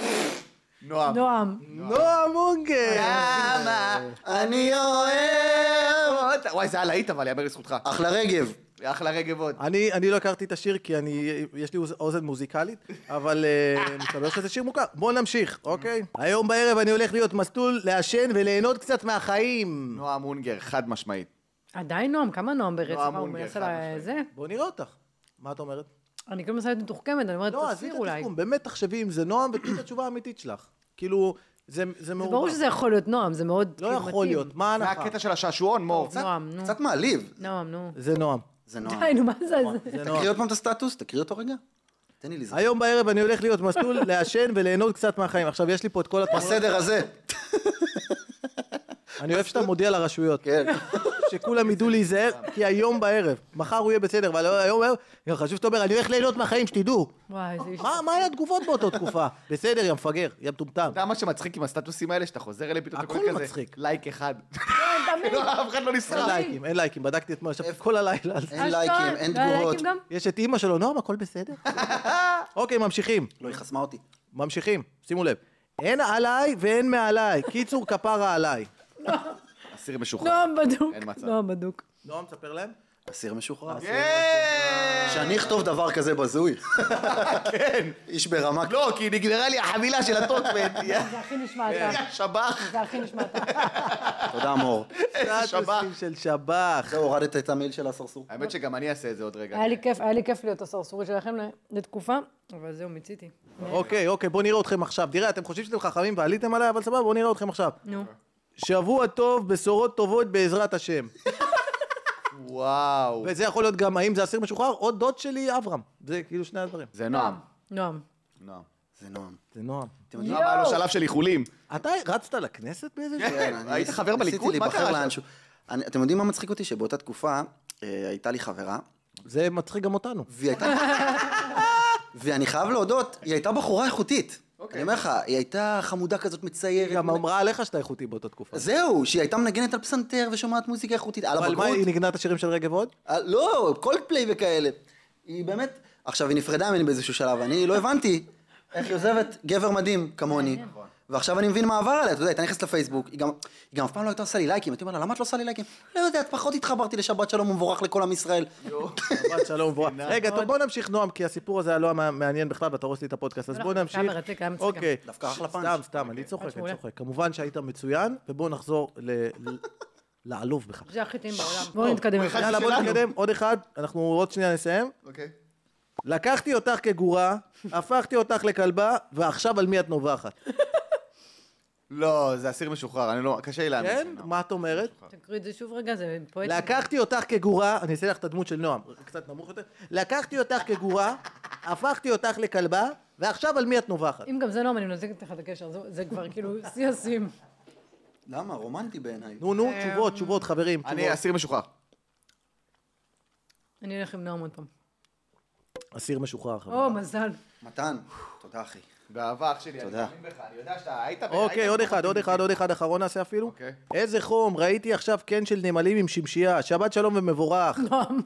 S3: נועם.
S2: נועם.
S1: נועה מונגר!
S3: אה, למה?
S4: אני אוהב...
S3: אה, וואי, זה היה להיט אבל, יאמר לזכותך.
S4: אחלה רגב.
S3: אחלה רגב עוד.
S1: אני, אני לא הכרתי את השיר כי אני, יש לי אוזן מוזיקלית, אבל אה, מסתבר שזה שיר מוכר. בואו נמשיך, אוקיי? היום בערב אני הולך להיות מסלול לעשן וליהנות קצת מהחיים.
S3: נועם אונגר, חד משמעית.
S2: עדיין נועם? כמה נועם ברצף?
S3: נועם
S2: מה, הוא
S3: מונגר,
S2: מנסה
S3: חד
S2: ל-
S3: משמעית.
S2: זה?
S1: בואו נראה אותך. מה את אומרת?
S2: אני כאילו מנסה להיות מתוחכמת, אני אומרת,
S1: לא, עזבי
S2: תסביר
S1: את
S2: אולי.
S1: התחכום, באמת תחשבי אם זה נועם ותראי את התשובה האמיתית שלך. כאילו, זה, זה
S2: זה
S1: מעורבב.
S2: ברור שזה יכול להיות נועם, זה מאוד
S1: לא
S2: כאילו,
S1: יכול
S2: מתאים.
S1: להיות, מה
S3: זה
S1: ההנחה?
S3: הקטע של השעשועון, מור.
S2: נועם, נו.
S4: קצת מעליב.
S2: נועם, נו.
S1: זה נועם.
S4: זה
S1: אה,
S4: נועם.
S2: די, נו, מה זה? זה-
S1: זה נועם.
S4: תקריא עוד פעם את הסטטוס, תקריא אותו רגע. תן לי לזכור.
S1: היום בערב אני הולך להיות מסלול לעשן וליהנות קצת מהחיים. עכשיו, יש לי פה את כל התמונות.
S4: אה, בסדר הזה.
S1: אני אוהב שאתה מודיע לרשויות.
S4: כן.
S1: שכולם ידעו להיזהר, כי היום בערב. מחר הוא יהיה בסדר, אבל היום בערב, גם חשוב שאתה אומר, אני הולך ליהנות מהחיים, שתדעו.
S2: וואי, זה איש...
S1: מה מה היה התגובות באותה תקופה? בסדר, יא מפגר, יא מטומטם.
S3: אתה יודע מה שמצחיק עם הסטטוסים האלה, שאתה חוזר אליהם פתאום, אתה
S1: הכל
S3: קורא כזה,
S1: מצחיק.
S3: לייק אחד.
S2: תמיד.
S3: לא, אף אחד לא
S1: אין
S3: נסחר.
S1: לייקים, אין לייקים, בדקתי אתמול, ישבתי כל הלילה על זה.
S4: אין לייקים, אין תגובות.
S2: לייקים גם?
S1: יש את אימא שלו, נועם, הכל בסדר? אוקיי, ממשיכים,
S4: לא, היא חסמה אותי.
S1: ממשיכים, שימו לב. אין עליי ואין מעליי, קיצור כפרה עליי.
S3: אסיר משוחרר.
S2: נועם בדוק.
S3: אין מצב.
S2: נועם בדוק.
S1: נועם, תספר להם.
S4: אסיר משוחרר.
S3: אה,
S4: שאני אכתוב דבר כזה בזוי. כן. איש ברמה...
S3: לא, כי נגמרה לי החבילה של הטוקמן. יא
S2: זה הכי נשמע אתה.
S1: כן.
S3: שב"ח.
S2: זה הכי נשמע אתה.
S4: תודה, מור.
S3: איזה שב"ח.
S1: סטטוסים של שב"ח.
S4: זה הורדת את המייל של הסרסור.
S3: האמת שגם אני אעשה את זה עוד רגע.
S2: היה לי כיף, היה לי כיף להיות הסרסורית שלכם ל- לתקופה, אבל זהו, מיציתי.
S1: אוקיי, אוקיי, בואו נראה אתכם עכשיו. תראה, אתם חושבים שאתם חכמים ועליתם עליי, אבל סבבה, בואו נראה אתכם עכשיו.
S2: נו.
S4: אוקיי.
S1: שבוע טוב, בשורות טובות בעזרת השם.
S3: וואו.
S1: וזה יכול להיות גם האם זה אסיר משוחרר או דוד שלי אברהם. זה כאילו שני הדברים.
S3: זה נועם.
S2: נועם.
S3: נועם.
S4: זה נועם.
S1: זה נועם.
S4: אתם
S3: נועם
S4: יודעים?
S3: היה לו "לא, שלב של איחולים.
S1: אתה רצת לכנסת באיזה
S3: כן.
S1: שלב?
S4: כן, אני
S3: היית
S4: ניס-
S3: חבר בליכוד?
S4: ניסיתי
S3: מה קרה
S4: להיבחר
S3: שם?
S4: לאנשהו. אני- אתם יודעים מה מצחיק אותי? שבאותה תקופה אה, הייתה לי חברה,
S1: זה מצחיק גם אותנו.
S4: והיא הייתה... ואני חייב להודות, היא הייתה בחורה איכותית.
S3: אוקיי.
S4: אני אומר לך, היא הייתה חמודה כזאת מציירת.
S1: היא גם אמרה עליך שאתה איכותי באותה תקופה.
S4: זהו, שהיא הייתה מנגנת על פסנתר ושומעת מוזיקה איכותית. על
S1: אבל
S4: הבגרות.
S1: מה, היא ניגנה את השירים של רגב עוד?
S4: אה, לא, קולדפליי וכאלה. היא באמת... עכשיו, היא נפרדה ממני באיזשהו שלב, אני לא הבנתי איך היא עוזבת גבר מדהים כמוני. ועכשיו אני מבין מה עבר עליה, אתה יודע, הייתה נכנסת לפייסבוק, היא גם, היא גם אף פעם לא הייתה עושה לי לייקים, הייתי אומר לה, למה את לא עושה לי לייקים? לא יודעת, פחות התחברתי לשבת שלום ומבורך לכל עם ישראל.
S1: שבת שלום וברכה. רגע, טוב, בוא נמשיך, נועם, כי הסיפור הזה היה לא המע- מעניין בכלל, ואתה הורס לי את הפודקאסט, אז
S2: לא,
S1: בוא
S2: זה היה
S1: נמשיך.
S2: מרתק, היה מצחיק.
S1: אוקיי.
S4: דווקא אחלה פאנץ'.
S1: סתם, סתם, אני צוחק,
S2: פאנץ'
S1: אני
S2: מעולה.
S1: צוחק. כמובן שהיית מצוין, ובוא נחזור ל- ל- לעלוב בך.
S2: זה הכי טעים בעולם. בואו נתקדם.
S3: הוא אחד
S1: יאללה, בוא
S3: שלנו.
S1: נתקדם, עוד אחד, אנחנו עוד שנייה נסיים.
S3: אוקיי.
S1: לקחתי אותך כגורה, הפכתי אותך לכלבה, ועכשיו על מי את נובחת?
S3: לא, זה אסיר משוחרר, אני לא... קשה לי להאמין.
S1: כן?
S3: לא.
S1: מה את אומרת?
S2: תקראי את זה שוב רגע, זה פואטי.
S1: לקחתי אותך כגורה, אני אעשה לך את הדמות של נועם, קצת נמוך יותר. לקחתי אותך כגורה, הפכתי אותך לכלבה, ועכשיו על מי את נובחת?
S2: אם גם זה נועם, אני מנתקת לך את הקשר, זה- זה כבר כאילו שיא השיאים.
S4: למה? רומנטי בעיניי.
S1: נו, נו, תשובות, תשובות, חברים,
S3: אמ, אני
S1: תשובות.
S3: אסיר משוחרר.
S2: אני אלך עם נועם עוד פעם.
S1: אסיר משוחרר, חברים.
S2: או, מזל.
S4: מתן, תודה אחי.
S3: באהבה, אח שלי, אני
S4: תודה.
S3: מאמין בך, אני יודע שאתה היית...
S1: אוקיי,
S3: היית-
S1: עוד אחד, עוד אחד, עוד אחד, אחרון נעשה אפילו.
S3: אוקיי.
S1: איזה חום, ראיתי עכשיו קן של נמלים עם שמשייה, שבת שלום ומבורך.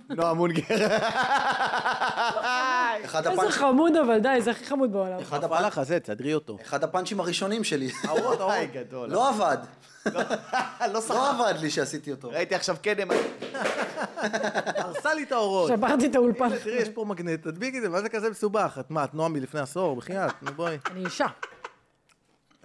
S3: נועה מונגר.
S4: אחד
S2: איזה
S4: הפאנצ'ים-
S2: חמוד אבל, די, זה הכי חמוד בעולם.
S4: אחד
S1: נפל
S4: הפאנצ'ים-
S1: לך זה, תסדרי אותו.
S4: אחד הפאנצ'ים הראשונים שלי.
S1: אה, אוקיי.
S3: וואי, גדול.
S4: לא עבד.
S3: לא
S4: לא
S3: סחר.
S4: עבד לי שעשיתי אותו.
S3: ראיתי עכשיו קדם.
S1: הרסה לי את האורות.
S2: שברתי את האולפן.
S1: תראי, יש פה מגנט, תדביקי את זה, מה זה כזה מסובך? את מה, את נועם מלפני עשור? בחייאת, נו בואי.
S2: אני אישה.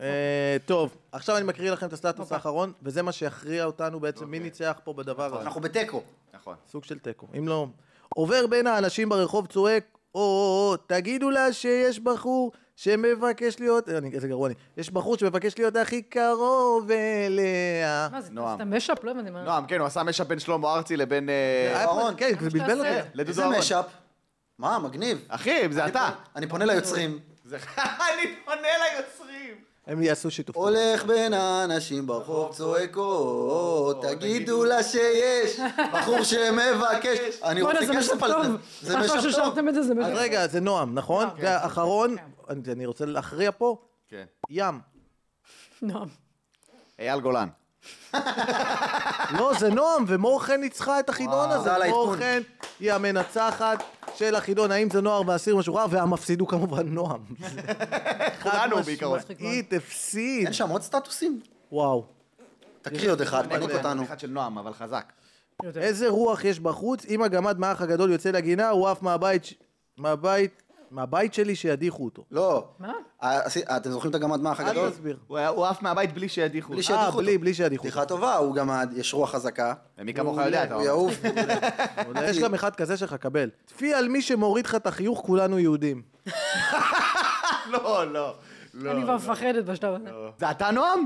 S1: אה, טוב, עכשיו אני מקריא לכם את הסטטוס
S2: אוקיי.
S1: האחרון, וזה מה שיכריע אותנו בעצם, מי ניצח פה בדבר הזה.
S4: אנחנו בתיקו.
S3: נכון.
S1: סוג של תיקו, אם לא... עובר בין האנשים ברחוב צועק, או, או, או, תגידו לה שיש בחור שמבקש להיות... אה, אני- איזה גרוע אני. יש בחור שמבקש להיות הכי קרוב אליה.
S2: מה זה,
S3: נועם.
S2: אתה משאפ? לא הבנתי מה.
S3: נועם, כן, הוא עשה משאפ בין שלמה ארצי לבין... אה,
S1: היה פה-
S4: אהרון,
S1: כן,
S2: למה
S1: זה
S2: שאתה
S1: בלבל
S2: עושה
S1: אותי.
S2: את
S3: לדודו
S4: איזה
S3: אהרון.
S4: משאפ. מה, מגניב.
S3: אחי, זה אתה.
S4: אני פונה ליוצרים.
S3: זה- אני פונה ליוצרים.
S1: הם יעשו שיתוף.
S4: הולך בין האנשים ברחוב צועקות, תגידו לה שיש בחור שמבקש. אני
S2: בואנה,
S4: רוצה
S2: זה
S4: כסף
S2: משאפ
S4: על
S2: טוב.
S4: זה. זה
S2: עכשיו
S4: משאפ טוב.
S2: ששרתם את זה, זה
S1: אז
S2: משאפ.
S1: רגע, זה נועם, נכון?
S2: אוקיי.
S1: והאחרון,
S2: כן.
S1: אני אני רוצה להכריע פה,
S3: כן.
S1: ים.
S2: נועם.
S3: אייל גולן.
S1: לא, זה נועם, ומור חן ניצחה את החידון הזה.
S4: תודה על
S1: מור
S4: העדכון.
S1: חן היא המנצחת של החידון, האם זה נוער והאסיר משוחרר, והמפסיד הוא כמובן נועם.
S3: כולנו בעיקרון.
S2: מצחיק מאוד.
S1: חד-משמעית, הפסיד.
S4: אין שם עוד סטטוסים?
S1: וואו.
S4: תקריא עוד אחד,
S3: אני
S4: פנית
S3: יודע,
S4: אותנו.
S3: אחד של נועם, אבל חזק.
S2: יותר.
S1: איזה רוח יש בחוץ, אם הגמד מהאח הגדול יוצא לגינה, הוא עף מהבית, ש- מהבית, מהבית שלי שידיחו אותו.
S4: לא.
S2: מה?
S4: אה, עשי- אה, אתם זוכרים את הגמד מהאח
S1: אל
S4: הגדול?
S1: תסביר.
S3: הוא היה- הוא עף מהבית בלי שידיחו.
S4: בלי
S3: אותו.
S4: שידיחו
S1: אה,
S4: אותו.
S1: בלי- בלי שידיחו אותו.
S4: בדיחה טובה, הוא גמד, יש רוח חזקה.
S3: ומי כמוך יודע, אתה
S4: הוא
S3: אומר.
S4: יעוף.
S1: יש גם אחד כזה שלך, קבל. תפי על מי שמוריד לך את החיוך, כולנו יהודים.
S3: לא, לא. לא.
S2: אני כבר מפחדת בשלב הזה.
S3: זה אתה נועם?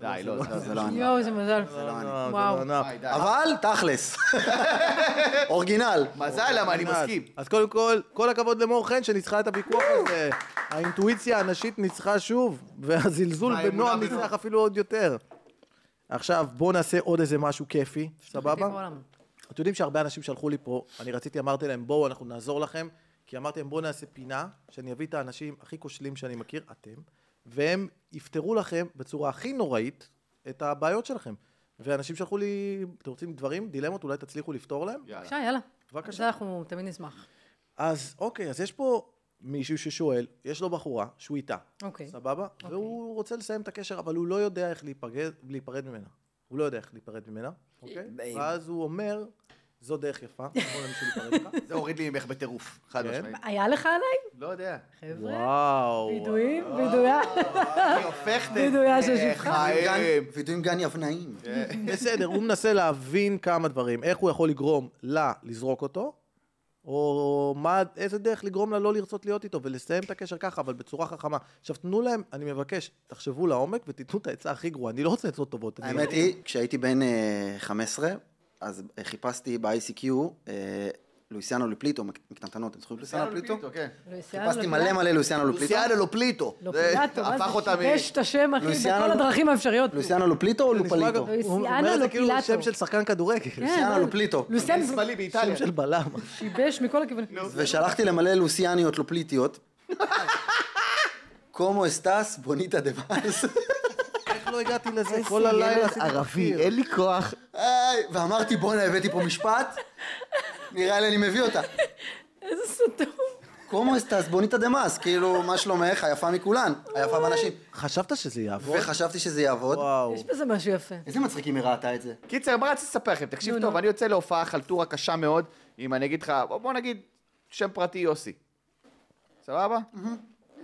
S3: די, לא, זה-
S4: זה לא אני.
S2: יואו, איזה מזל.
S1: אה, זה
S2: וואו.
S1: לא ענף.
S3: די, די.
S4: אבל תכלס. אורגינל.
S3: מזל למה אני מסכים.
S1: אז קודם כל, כל הכבוד למור חן שניצחה את הוויכוח הזה. האינטואיציה הנשית ניצחה שוב, והזלזול
S3: והאמונה
S1: בנועם
S3: בנועם.
S1: ניצח אפילו עוד יותר. עכשיו, בואו נעשה עוד איזה משהו כיפי,
S2: הכי
S1: סבבה?
S2: בעולם.
S1: אתם יודעים שהרבה אנשים שלחו לי פה, אני רציתי, אמרתי להם, בואו, אנחנו נעזור לכם, כי אמרתי להם, בואו נעשה פינה, שאני אביא את האנשים הכי כושלים שאני מכיר, אתם, והם יפתרו לכם בצורה הכי נוראית את הבעיות שלכם. ואנשים שלחו לי, אתם רוצים דברים, דילמות, אולי תצליחו לפתור להם?
S2: בבקשה, יאללה.
S1: בבקשה.
S2: זה אנחנו תמיד נשמח.
S1: אז אוקיי, אז יש פה מישהו ששואל, יש לו בחורה שהוא איתה,
S2: אוקיי.
S1: סבבה? והוא רוצה לסיים את הקשר, אבל הוא לא יודע איך להיפרד, להיפרד ממנה. הוא לא יודע איך להיפרד ממנה,
S2: אה,
S1: אוקיי? ואז הוא אומר, זו דרך יפה, בוא נמשיך להיפרד ממך.
S3: זה הוריד לי ממך בטירוף. חד
S1: כן?
S3: משמעית.
S2: היה לך עליי?
S3: לא יודע.
S2: חבר'ה.
S1: וואו.
S2: וידועים, וידויה.
S1: אה,
S3: היא הופכת את
S2: וידויה של
S3: זה,
S2: שפחה.
S3: חיים.
S4: וידאו עם גן יבנאים.
S1: בסדר, הוא מנסה להבין כמה דברים. איך הוא יכול לגרום לה לזרוק אותו, או מה, איזה דרך לגרום לה לא לרצות להיות איתו, ולסיים את הקשר ככה, אבל בצורה חכמה. עכשיו, תנו להם, אני מבקש, תחשבו לעומק ותיתנו את העצה הכי גרועה. אני לא רוצה עצות טובות. אני-
S4: האמת היא, כשהייתי בן אה, 15, אז אה, חיפשתי ב-ICQ אה, לואיסיאנו לפליטו, מקטנטנות, אתם זוכרים לואיסיאנו
S1: אה,
S4: לפליטו?
S3: כן.
S4: חיפשתי מלא מלא לואיסיאנו לפליטו.
S1: לוסיאנו לא פליטו.
S2: לא
S3: זה
S2: פילטו, מה
S3: הפך
S2: זה
S3: אותה מ-
S2: שיבש את השם, אחי,
S4: לוסיאנו-
S2: בכל הדרכים האפשריות.
S4: לואיסיאנו לופליטו או לופליטו?
S2: לואיסיאנו
S1: הוא אומר את זה כאילו
S2: לפילטו.
S1: שם של שחקן כדורגל.
S2: כן,
S4: לוסיאנו
S2: אבל-
S4: לופליטו.
S2: לוסיאן
S3: שמאלי
S1: שם
S3: באיטליה.
S1: של בלם.
S2: שיבש מכל הכיוונים.
S4: ושלחתי למלא לוסיאניות לופליטיות. קומו אסטס בוניטה דה מאס.
S1: איך לא הגעתי לזה? כל הלילה לא עשיתי
S3: ערבי,
S1: תחקיר.
S3: אין לי כוח.
S4: היי, ואמרתי בואנה הבאתי פה משפט, נראה לי אני מביא אותה.
S2: איזה סתום.
S4: קומו אסטס בוניטה דה מאס, כאילו מה שלומך, היפה מכולן, היפה בנשים.
S1: חשבת שזה יעבור?
S4: וחשבתי שזה יעבוד.
S1: וואו.
S2: יש בזה משהו יפה.
S4: איזה מצחיק אם היא ראתה את זה.
S3: קיצר, מה רציתי לספר לכם? תקשיב
S2: נו,
S3: טוב,
S2: נו.
S3: אני יוצא להופעה חלטורה קשה מאוד, אם אני אגיד לך, בוא בוא נגיד, שם פרטי יוסי. סבבה?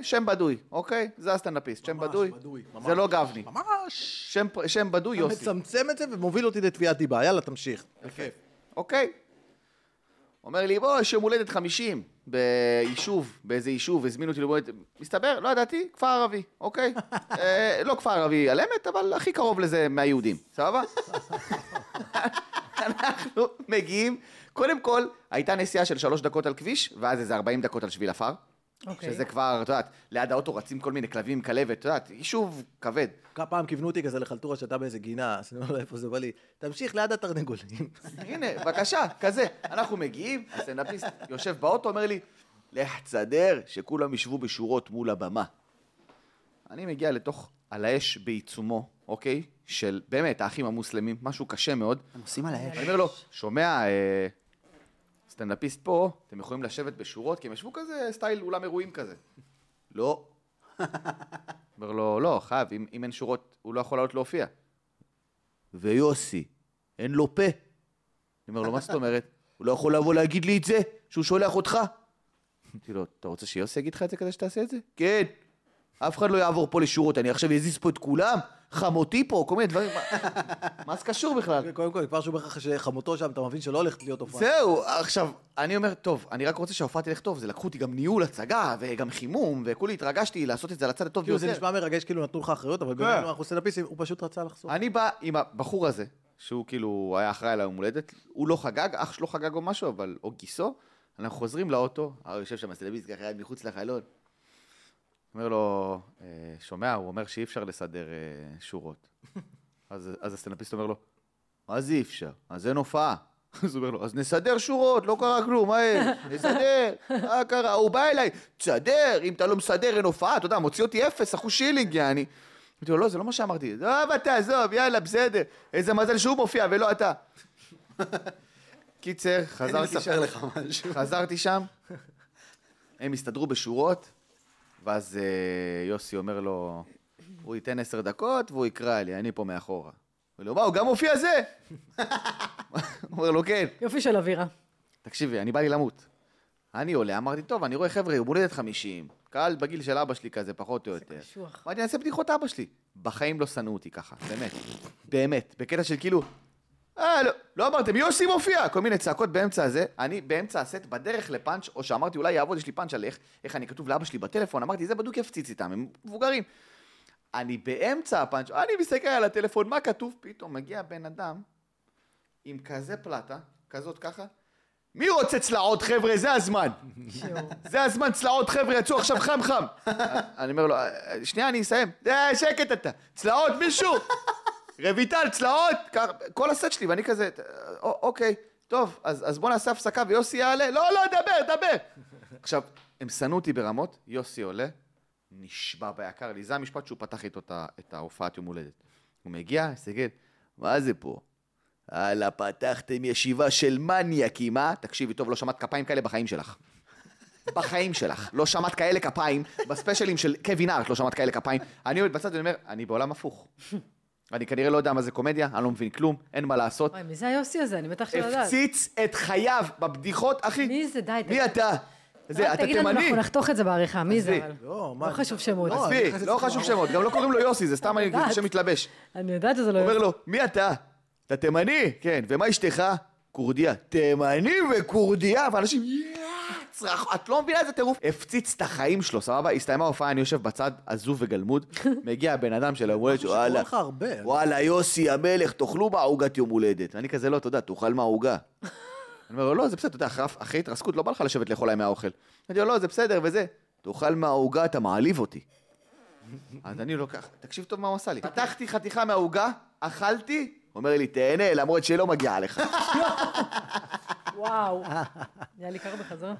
S3: שם בדוי, אוקיי? זה הסטנדאפיסט, שם
S1: ממש,
S3: בדוי.
S1: בדוי, ממש.
S3: זה לא גבני.
S1: ממש.
S3: שם פר- שם בדוי
S1: אתה
S3: יוסי.
S1: מצמצם את זה ומוביל אותי לתביעת דיבה. יאללה, תמשיך.
S3: אוקיי. אומר לי, בוא, יש יום הולדת 50 ביישוב, באיזה יישוב, הזמינו אותי לבוא... מסתבר, לא ידעתי, כפר ערבי, אוקיי? אה, לא כפר ערבי על אמת, אבל הכי קרוב לזה מהיהודים, סבבה? אנחנו מגיעים, קודם כל, הייתה נסיעה של שלוש דקות על כביש, ואז איזה 40 דקות על שביל עפר.
S2: אוקיי.
S3: שזה כבר, את יודעת, ליד האוטו רצים כל מיני כלבים עם כלבת, את יודעת, יישוב כבד.
S1: כמה פעם כיוונו אותי כזה לחלטורה שאתה באיזה גינה, אז אני אומר לו איפה זה בא לי. תמשיך ליד התרנגולים.
S3: הנה, בבקשה, כזה. אנחנו מגיעים, הסטנדאפיסט יושב באוטו, אומר לי, לך תסדר שכולם ישבו בשורות מול הבמה. אני מגיע לתוך על האש בעיצומו, אוקיי? של באמת, האחים המוסלמים, משהו קשה מאוד.
S4: הם עושים על האש.
S3: אני אומר לו, שומע, אה, סטנדאפיסט פה, אתם יכולים לשבת בשורות, כי הם ישבו כזה סטייל אולם אירועים כזה. לא. אומר לו, לא, חייב, אם, אם אין שורות, הוא לא יכול לעלות להופיע. ויוסי, אין לו פה. אני אומר לו, מה זאת אומרת? הוא לא יכול לבוא להגיד לי את זה, שהוא שולח אותך? אמרתי לו, אתה רוצה שיוסי יגיד לך את זה כדי שתעשה את זה? כן. אף אחד לא יעבור פה לשורות, אני עכשיו אזיז פה את כולם, חמותי פה, כל מיני דברים. מה, מה זה קשור בכלל?
S1: קודם כל, כבר שהוא אומר לך שחמותו שם, אתה מבין שלא הולכת להיות הופעה.
S3: זהו, עכשיו, אני אומר, טוב, אני רק רוצה שההופעה תלך טוב, זה לקחו אותי גם ניהול הצגה, וגם חימום, וכולי התרגשתי לעשות את זה על הצד הטוב
S1: כאילו, זה
S3: ביותר.
S1: נשמע מרגש, כאילו נתנו לך אחריות, אבל בינינו אנחנו סטנדאפיסטים, הוא פשוט רצה לחסוך.
S3: אני בא עם הבחור הזה, שהוא כאילו היה אחראי על היום הולדת, הוא לא חגג, אח שלו חגג או משהו, אבל, או גיסו, אנחנו חוזרים לאוטו, הוא יושב שם הסטלביסט ככה יד מחוץ לחלון. אומר לו, "אה, שומע, הוא אומר שאי אפשר לסדר אה, שורות. אז אז הסטנדאפיסט אומר לו, מה זה אי אפשר? אז אין הופעה. אז הוא אומר לו, אז נסדר שורות, לא קרה כלום, מה אין? נסדר, מה קרה? הוא בא אליי, תסדר, אם אתה לא מסדר אין הופעה, אתה יודע, מוציא אותי אפס, אחוז שילינג, יעני. אמרתי לו, לא, זה לא מה שאמרתי. עזוב אתה, עזוב, יאללה, בסדר. איזה מזל שהוא מופיע ולא אתה. קיצר,
S4: אני
S3: חזרתי
S4: אספר
S3: שם,
S4: לך משהו.
S3: חזרתי שם, הם הסתדרו בשורות, ואז אה, יוסי אומר לו, הוא ייתן עשר דקות והוא יקרא לי, אני פה מאחורה. הוא אומר לו, מה, הוא גם מופיע זה? הוא אומר לו, כן.
S2: יופי של אווירה.
S3: תקשיבי, אני בא לי למות. אני עולה, אמרתי, טוב, אני רואה חבר'ה, יום הולדת 50, קהל בגיל של אבא שלי כזה, פחות או יותר.
S2: קשוח.
S3: אמרתי, אני אעשה בדיחות אבא שלי. בחיים לא שנאו אותי ככה, באמת. באמת, בקטע של כאילו, אה, לא, לא אמרתם, יוסי מופיע! כל מיני צעקות באמצע הזה. אני באמצע הסט, בדרך לפאנץ', או שאמרתי, אולי יעבוד, יש לי פאנץ' על איך, איך אני כתוב לאבא שלי בטלפון, אמרתי, זה בדוק יפציץ איתם, הם מבוגרים. אני באמצע הפאנץ', אני מסתכל על הטלפון, מה כתוב? פתאום מגיע בן אדם עם כזה פלטה, כזאת ככה, מי רוצה צלעות, חבר'ה? זה הזמן. זה הזמן צלעות, חבר'ה, יצאו עכשיו חם חם. אני אומר לו, "אה, שנייה, אני אסיים. אה, שקט אתה. צלעות, מישהו? רויטל, צלעות? כך, כל הסט שלי, ואני כזה, "אה, אוקיי, טוב, אז, אז בוא נעשה הפסקה ויוסי יעלה. לא, לא, דבר, דבר. עכשיו, הם שנאו אותי ברמות, יוסי עולה, נשבע ביקר לי. זה המשפט שהוא פתח איתו את ה- את ההופעת יום הולדת. הוא מגיע, מסתכל, מה זה פה? הלאה, פתחתם ישיבה של מניאקים, אה? תקשיבי טוב, לא שמעת כפיים כאלה בחיים שלך. בחיים שלך. לא שמעת כאלה כפיים, בספיישלים של קווין הארט לא שמעת כאלה כפיים. אני עומד בצד ואני אומר, אני בעולם הפוך. אני כנראה לא יודע מה זה קומדיה, אני לא מבין כלום, אין מה לעשות.
S2: וואי, מי זה היוסי הזה? אני בטח שלא יודעת.
S3: הפציץ את חייו בבדיחות, אחי.
S2: מי זה? די,
S3: מי
S2: תגיד.
S3: אתה? זה,
S2: רק
S3: אתה
S2: תגיד לנו,
S3: תימני.
S2: אנחנו נחתוך את זה בעריכה, מי זה
S3: עזבי.
S2: אבל?
S1: לא, מה-
S2: לא חשוב שמות.
S1: לא,
S3: עזבי,
S1: נכנסת
S3: לא
S1: כבר.
S3: חשוב שמות, גם לא קוראים לו יוסי, זה סתם אני
S2: יודעת.
S3: שם מתלבש.
S2: אני יודעת שזה לא
S3: אומר
S2: יוסי.
S3: לו, מי אתה? אתה תימני? כן, ומה אשתך? כורדיה. תימני וכורדיה, ואנשים, יאה, צרח, את לא מבינה איזה טירוף. הפציץ את החיים שלו, סבבה? הסתיימה ההופעה, אני יושב בצד, עזוב וגלמוד. מגיע הבן אדם של היום הולדת,
S1: שקורא
S3: וואלה,
S1: לך הרבה.
S3: וואלה, יוסי המלך, תאכלו מהעוגת יום הולדת. אני כזה, לא, תודה, תאכל מהעוגה. אני אומר לו, לא, זה בסדר, אתה יודע, אחרי- אחרי התרסקות לא בא לך לשבת לאכול להם מהאוכל. אמרתי לו, לא, זה בסדר וזה. תאכל מהעוגה, אתה מעליב אותי. אז אני לוקח, תקשיב טוב מה הוא עשה לי. פתחתי חתיכה מהעוגה, אכלתי, אומר לי, תהנה, למרות שלא מגיע לך.
S2: וואו. נהיה לי קר בחזרה.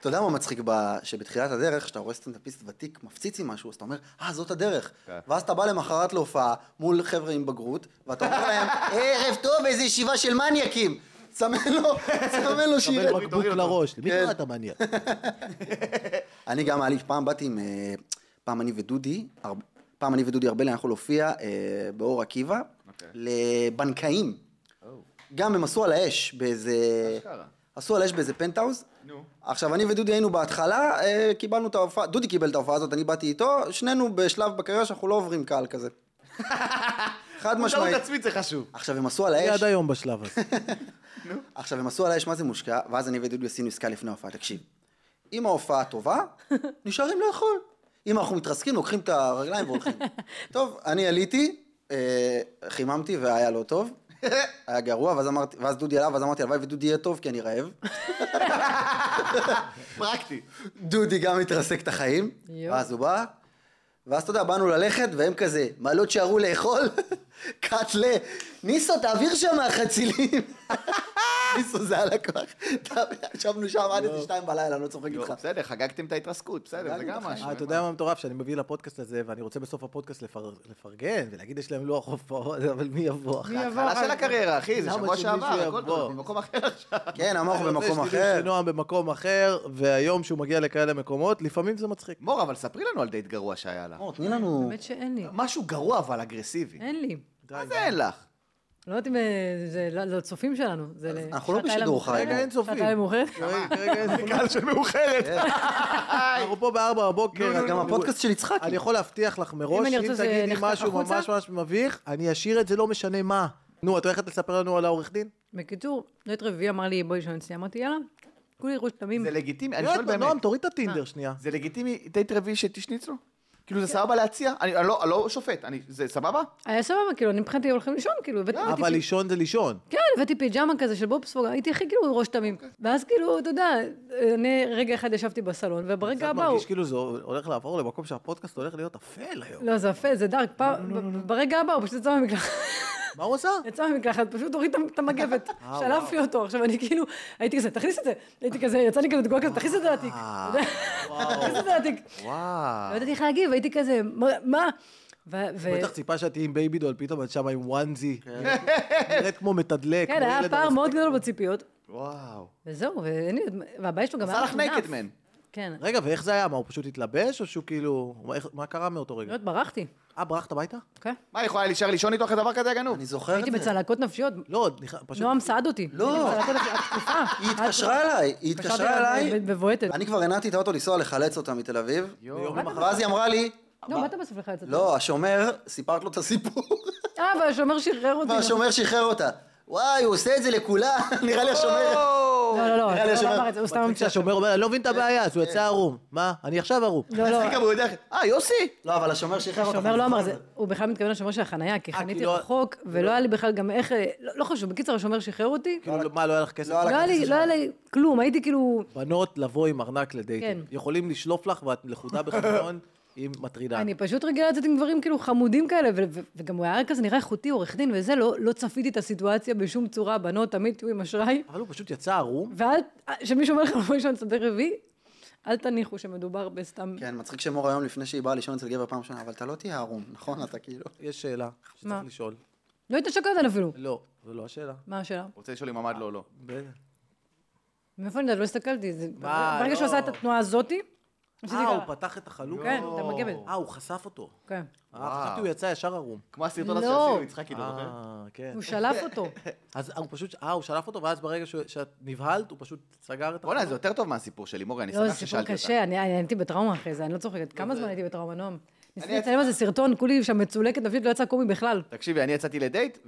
S4: אתה יודע מה מצחיק? ב- שבתחילת הדרך, כשאתה רואה סטנדאפיסט ותיק מפציץ עם משהו, אז אתה אומר, אה, זאת הדרך. ואז אתה בא למחרת להופעה מול חבר'ה עם בגרות, ואתה אומר להם, "אה, ערב טוב, איזה ישיבה של מניאקים. סמן לו, סמן לו שיר.
S1: קבל בקבוק לראש, למי קרא אתה מניאק?
S4: אני גם, היה לי, פעם באתי עם, אה, פעם אני ודודי, הר- פעם אני ודודי ארבל, אנחנו להופיע אה, באור עקיבא,
S3: אוקיי.
S4: לבנקאים. גם הם עשו על האש באיזה...
S3: Oh. אשכרה.
S4: עשו על אש באיזה פנטהאוז.
S3: נו.
S4: עכשיו, אני ודודי היינו בהתחלה, אה, קיבלנו את ההופעה, דודי קיבל את ההופעה הזאת, אני באתי איתו, שנינו בשלב בקריירה שאנחנו לא עוברים קהל כזה. חד משמעית.
S3: מודעות עצמית זה חשוב.
S4: עכשיו, הם עשו על
S1: אני
S4: האש.
S1: עד היום בשלב הזה.
S4: עכשיו, הם עשו על האש מה זה מושקע, ואז אני ודודו עשינו עסקה לפני ההופעה, תקשיב. אם ההופעה טובה, נשארים לאכול. אם אנחנו מתרסקים, לוקחים את הרגליים והולכים. טוב, אני עליתי, אה, חיממתי והיה לא טוב. היה גרוע, ואז, אמרתי, ואז דודי עלה, ואז אמרתי, הלוואי ודודי יהיה טוב, כי אני רעב.
S3: פרקטי.
S4: דודי גם התרסק את החיים,
S2: יואו.
S4: ואז הוא בא, ואז אתה יודע, באנו ללכת, והם כזה, מה לא תשארו לאכול? קאטלה, ניסו, תעביר שם מהחצילים. ניסו זה הלקוח. ישבנו שם עד איזה שתיים בלילה, אני לא צוחק איתך.
S3: בסדר, חגגתם את ההתרסקות, בסדר, זה
S4: חגגנו
S3: גם
S4: את
S3: משהו.
S1: אה, אתה יודע מה מטורף? שאני מביא לפודקאסט הזה, ואני רוצה בסוף הפודקאסט לפר- לפרגן, ולהגיד יש להם לוח הופעות, אבל מי יבוא אחר?
S2: מי יבוא?
S3: התחלה של הקריירה, אחי, זה
S1: למה
S3: שבוע
S1: שמישהו
S3: שעבר, הכל
S1: יבוא?
S3: טוב, במקום אחר עכשיו.
S4: כן, אמרנו
S1: אני רוצה
S4: במקום
S1: שתדעו
S4: אחר.
S1: שנועם במקום אחר, והיום שהוא מגיע לכאלה מקומות, לפעמים זה מצחיק.
S3: מור, אבל ספרי לנו על דייט גרוע שהיה לך.
S4: מור, תני לנו...
S2: באמת שאין לי.
S3: משהו גרוע אבל אגרסיבי.
S2: אין לי.
S3: מה זה אין לך?
S2: לא יודעת אם אה, זה לא- לא צופים שלנו. זה ל-
S4: אנחנו לא
S2: שעתיים
S4: בשידור
S2: למאוחרת.
S4: חי,
S1: רגע, אין צופים.
S2: שעתיים מאוחרת.
S3: לא.
S1: כרגע- כרגע אין צופים.
S3: קהל של מאוחרת.
S1: כן. אנחנו פה בארבע בבוקר.
S4: גם הפודקאסט של יצחק.
S1: אני יכול להבטיח לך
S2: אם
S1: מראש,
S2: אני
S1: אם
S2: ארצה זה
S1: תגידי
S2: נחתך
S1: משהו
S2: החוצה?
S1: ממש ממש מביך, אני אשאיר את זה לא משנה מה. נו, את הולכת לספר לנו על העורך דין?
S2: בקיצור, נט רביעי אמר לי, בואי לישון אצלי. אמרתי, יאללה, כולי ראש תמים.
S3: זה לגיטימי, אני
S1: לא,
S3: שואל באמת.
S1: נועם, אה. תוריד את הטינדר שנייה.
S3: זה לגיטימי דייט רביעי שתשני אצלו? כאילו
S2: כן.
S3: זה סבבה להציע? אני אני לא אני לא שופט, אני- זה סבבה?
S2: היה סבבה, כאילו, אני מבחינתי הולכים לישון, כאילו, הבאתי הבאתי
S1: לא, אבל
S2: פי-
S1: לישון זה לישון.
S2: כן, הבאתי פיג'מה כזה של בובספוג, הייתי הכי כאילו ראש תמים.
S1: אוקיי.
S2: ואז כאילו, אתה יודע, אני רגע אחד ישבתי בסלון, וברגע
S1: קצת
S2: הבא הוא...
S1: מרגיש כאילו זה הולך לעבור למקום שהפודקאסט הולך להיות אפל היום.
S2: לא, זה יפה, זה דארק. פעם-
S1: לא,
S2: ב- ברגע הבא הוא פשוט יצא מהמקלחת,
S1: מה הוא עשה?
S2: יצא מהמקלחת, פשוט הוריד את המגבת,
S1: אה,
S2: שלף לי אותו. עכשיו, אני כאילו, הייתי כזה, תכניס את זה. הייתי כזה, יצא לי כזה תגובה כזה, תכניס את זה לתיק.
S1: אה,
S2: אתה יודע? תכניס את זה לתיק. לא
S3: וואו.
S2: ידעתי איך להגיב, הייתי כזה, "מה- מה? ו- ו-
S1: בטח ציפה שאת תהיי עם בייבי דול, פתאום את שמה עם וואנזי.
S4: כן.
S1: נראית כמו מתדלק.
S2: כן,
S1: כמו
S2: היה
S1: ילד
S2: פער
S1: על
S2: מאוד גדול בציפיות,
S3: וואו.
S2: וזהו, ואין לי- והבעיה שלו גם
S3: עשה לך
S2: מחונף.
S3: נקד מן.
S2: כן.
S1: הספק. רגע, ואיך זה היה? מה, הוא פשוט התלבש, או שהוא כאילו... מה- איך- מה קרה מאותו רגע?
S2: מאוד ברחתי,
S1: אה, ברחת הביתה?
S4: לא
S2: אוקיי?
S3: מה, היא יכולה להישאר לישון איתו אחרי דבר כזה הגנוב?
S4: אני זוכר את
S2: הייתי
S4: זה.
S2: בצלקות נפשיות,
S1: לא, נכ- פשוט...
S2: נועם סעד אותי.
S4: לא.
S2: הייתי בצלקות נפשיות, התקופה.
S4: היא התקשרה אליי, היא התקשרה אליי.
S2: ב- בבועטת.
S4: אני כבר הנעתי את האוטו לנסוע לחלץ אותה מתל אביב.
S1: ביום למחרת.
S4: ואז היא אמרה לי,
S2: לא, מה אתה בסוף לך יצאת?
S4: לא, השומר, סיפרת לו את הסיפור.
S2: אה, והשומר שחרר אותי.
S4: והשומר שחרר אותה. וואי, הוא עושה את זה לכולם, נראה לי השומר.
S2: לא, לא, לא,
S4: נראה
S2: השומר
S4: לי השומר-
S2: לא אמר את זה, הוא סתם
S1: מצחיק
S2: המציא.
S1: שהשומר אומר, אני לא מבין את הבעיה, אז הוא
S4: כן.
S1: יצא ערום. מה? אני עכשיו ערום.
S2: לא, לא,
S3: מצחיק, אבל הוא יודע איך- אה, יוסי!
S4: לא, אבל השומר אה, כאילו- שחרר אותה.
S2: השומר לא אמר את זה. הוא בכלל מתכוון לשומר של החנייה, כי חניתי
S1: לא-
S2: רחוק, ולא היה לי בכלל גם איך... אה, לא לא חשוב, בקיצר, השומר שחרר אותי.
S1: כאילו, מה, לא היה לך כסף?
S4: לא היה
S2: לא
S4: על
S2: היה לי-
S4: הכרטיס
S2: לא היה לי כלום, הייתי כאילו...
S1: בנות לבוא עם ארנק לדייטים.
S2: כן.
S1: יכולים לשלוף לך ואת לכודה בחשבון עם מטרידה.
S2: אני פשוט רגילה לצאת עם גברים כאילו חמודים כאלה, ו- ו- וגם הוא היה כזה נראה איכותי, עורך דין וזה, לא לא צפיתי את הסיטואציה בשום צורה, בנות, תמיד תהיו עם אשראי.
S1: אבל הוא פשוט יצא ערום.
S2: ואל, כשמישהו אומר לך לבוא לישון צדדי רביעי, אל תניחו שמדובר בסתם...
S4: כן, מצחיק שמור היום לפני שהיא באה לישון אצל גבר פעם ראשונה, אבל אתה לא תהיה ערום, נכון? אתה כאילו...
S1: יש שאלה שצריך
S2: מה?
S1: לשאול.
S2: לא היית שקרן אפילו.
S1: לא, זו לא השאלה.
S2: מה השאלה?
S3: רוצה לשאול אם עמד לו או לא.
S1: ב-
S2: מאיפה אני יודעת? לא הסתכלתי. זה-
S1: מה,
S2: ברגע שהוא
S1: לא.
S2: עשה את התנועה הזאתי, עשיתי
S1: אה, הוא
S2: ככה.
S1: פתח את החלוק?
S2: כן, את המגבת.
S1: אה, הוא חשף אותו.
S2: כן.
S1: אה, חשבתי הוא יצא ישר ערום.
S3: כמו הסרטון הזה
S2: לא.
S3: שעשינו, יצחקי, לא זוכר?
S1: אה, כן.
S2: הוא שלף אותו.
S1: אז הוא פשוט, אה, הוא שלף אותו, ואז ברגע שהוא- שאת נבהלת, הוא פשוט סגר את
S3: בואנה, זה יותר טוב מהסיפור שלי, מורי, אני
S2: לא, זה
S3: שמח
S2: סיפור
S3: ששאלתי אותך.
S2: קשה, אני אני הייתי בטראומה אחרי זה, אני לא צוחקת. כמה זמן הייתי בטראומה, נועם? ניסיתי לצלם איזה סרטון, כולי שם מצולקת נפשית, לא יצא קומי בכלל.
S3: תקשיבי, אני יצאתי לדייט,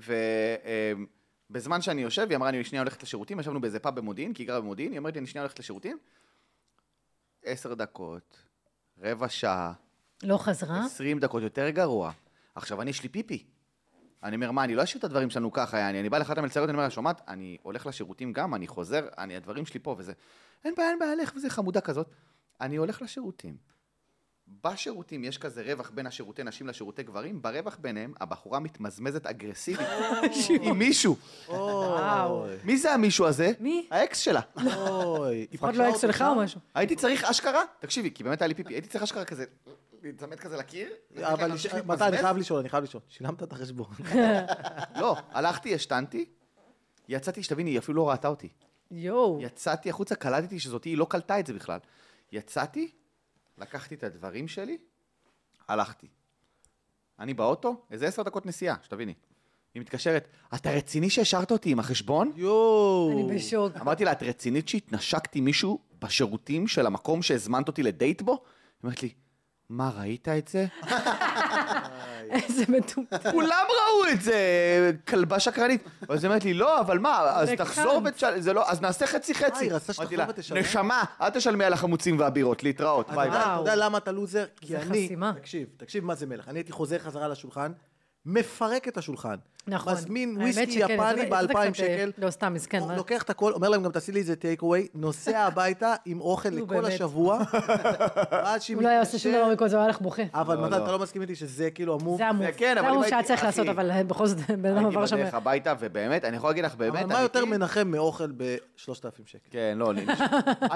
S3: ובזמן שאני יושב, היא אמרה, אני שנייה הולכת לשירותים, ישבנו באיזה פאב במודיעין, כי היא גרה במודיעין, היא אומרת לי, אני שנייה הולכת לשירותים. עשר דקות, רבע שעה,
S2: לא חזרה?
S3: עשרים דקות, יותר גרוע. עכשיו, אני יש לי פיפי. אני אומר, מה, אני לא אשאיר את הדברים שלנו ככה, יעני, אני בא לאחת המלצריות, אני אומר לה, שומעת, אני הולך לשירותים גם, אני חוזר, אני, הדברים שלי פה וזה. אין בעיה, אין בעיה, לך וזה חמודה כזאת. אני הולך לשירותים. בשירותים יש כזה רווח בין השירותי נשים לשירותי גברים, ברווח ביניהם הבחורה מתמזמזת אגרסיבית עם מישהו.
S1: אוי,
S3: מי זה המישהו הזה?
S2: מי?
S3: האקס שלה.
S1: אוי. היא
S2: לפחות
S1: פגשה
S2: לא אקס
S1: אותו
S2: שלך
S1: שם?
S2: או משהו.
S3: הייתי צריך אשכרה, תקשיבי, כי באמת היה לי פיפי, הייתי צריך אשכרה כזה, להתצמד כזה לקיר. לתת לה
S1: אבל
S3: להמשיך
S1: מתי, אני
S3: להתמזמז.
S1: חייב לשאול, אני חייב לשאול. אוקיי, שילמת את החשבון.
S3: לא, הלכתי, השתנתי, יצאתי, שתביני, היא אפילו לא ראתה אותי.
S2: יואו.
S3: יצאתי החוצה, קלטתי שזאתי, היא לא קלטה את זה בכלל. יצאתי, לקחתי את הדברים שלי, הלכתי. אני באוטו, איזה עשר דקות נסיעה, שתביני. היא מתקשרת, אתה רציני שהשארת אותי עם החשבון?
S1: יואו.
S2: אני בשוק.
S3: אמרתי לה, את רצינית שהתנשקתי מישהו בשירותים של המקום שהזמנת אותי לדייט בו? היא אומרת לי, מה, ראית את זה?
S2: איזה מטומטם.
S3: כולם ראו את זה, כלבה שקרנית. אז היא אומרת לי, לא, אבל מה, אז
S2: זה
S3: תחזור
S2: כאן.
S3: ותשל... זה לא, אז נעשה חצי
S1: אה,
S3: חצי.
S1: היא רצתה
S3: אמרתי
S1: שתחזור
S3: לה,
S1: ותשלם?
S3: נשמה, אל תשלמי על החמוצים והבירות, להתראות,
S1: אתה
S3: ביי ביי.
S1: יודע- אתה יודע למה אתה לוזר? כי
S2: זה
S1: אני,
S2: חסימה.
S1: תקשיב, תקשיב מה זה מלך. אני הייתי חוזר חזרה לשולחן, מפרק את השולחן.
S2: נכון.
S1: מזמין
S2: האמת
S1: וויסקי
S2: שכן,
S1: יפני
S2: יצאת- יצאת
S1: ב-2,000
S2: קצת, אה,
S1: שקל.
S2: לא, סתם, מסכן,
S1: הוא
S2: מה?
S1: לוקח את הכל, אומר להם גם תעשי לי איזה טייק אווי, נוסע הביתה עם אוכל
S2: נו,
S1: לכל
S2: באמת.
S1: השבוע, עד שהיא
S2: הוא לא היה עושה שום דבר
S1: מתקשרת.
S2: מכל זה, הוא היה לך בוכה.
S1: אבל
S3: לא,
S1: מתן,
S3: לא.
S1: אתה לא מסכים איתי שזה כאילו אמור...
S2: זה המוב.
S3: כן,
S2: זה
S3: אבל אם
S2: המוב שהיה
S3: הייתי-
S2: צריך
S3: אחי,
S2: לעשות, אבל אה, בכל זאת, בן אדם
S3: הייתי
S2: לא עבר שם...
S3: בדרך הביתה, ובאמת, אני יכול להגיד לך, באמת,
S1: אבל מה יותר
S3: אמיתי-
S1: מנחם מאוכל ב-3,000 שקל?
S3: כן, לא, אני-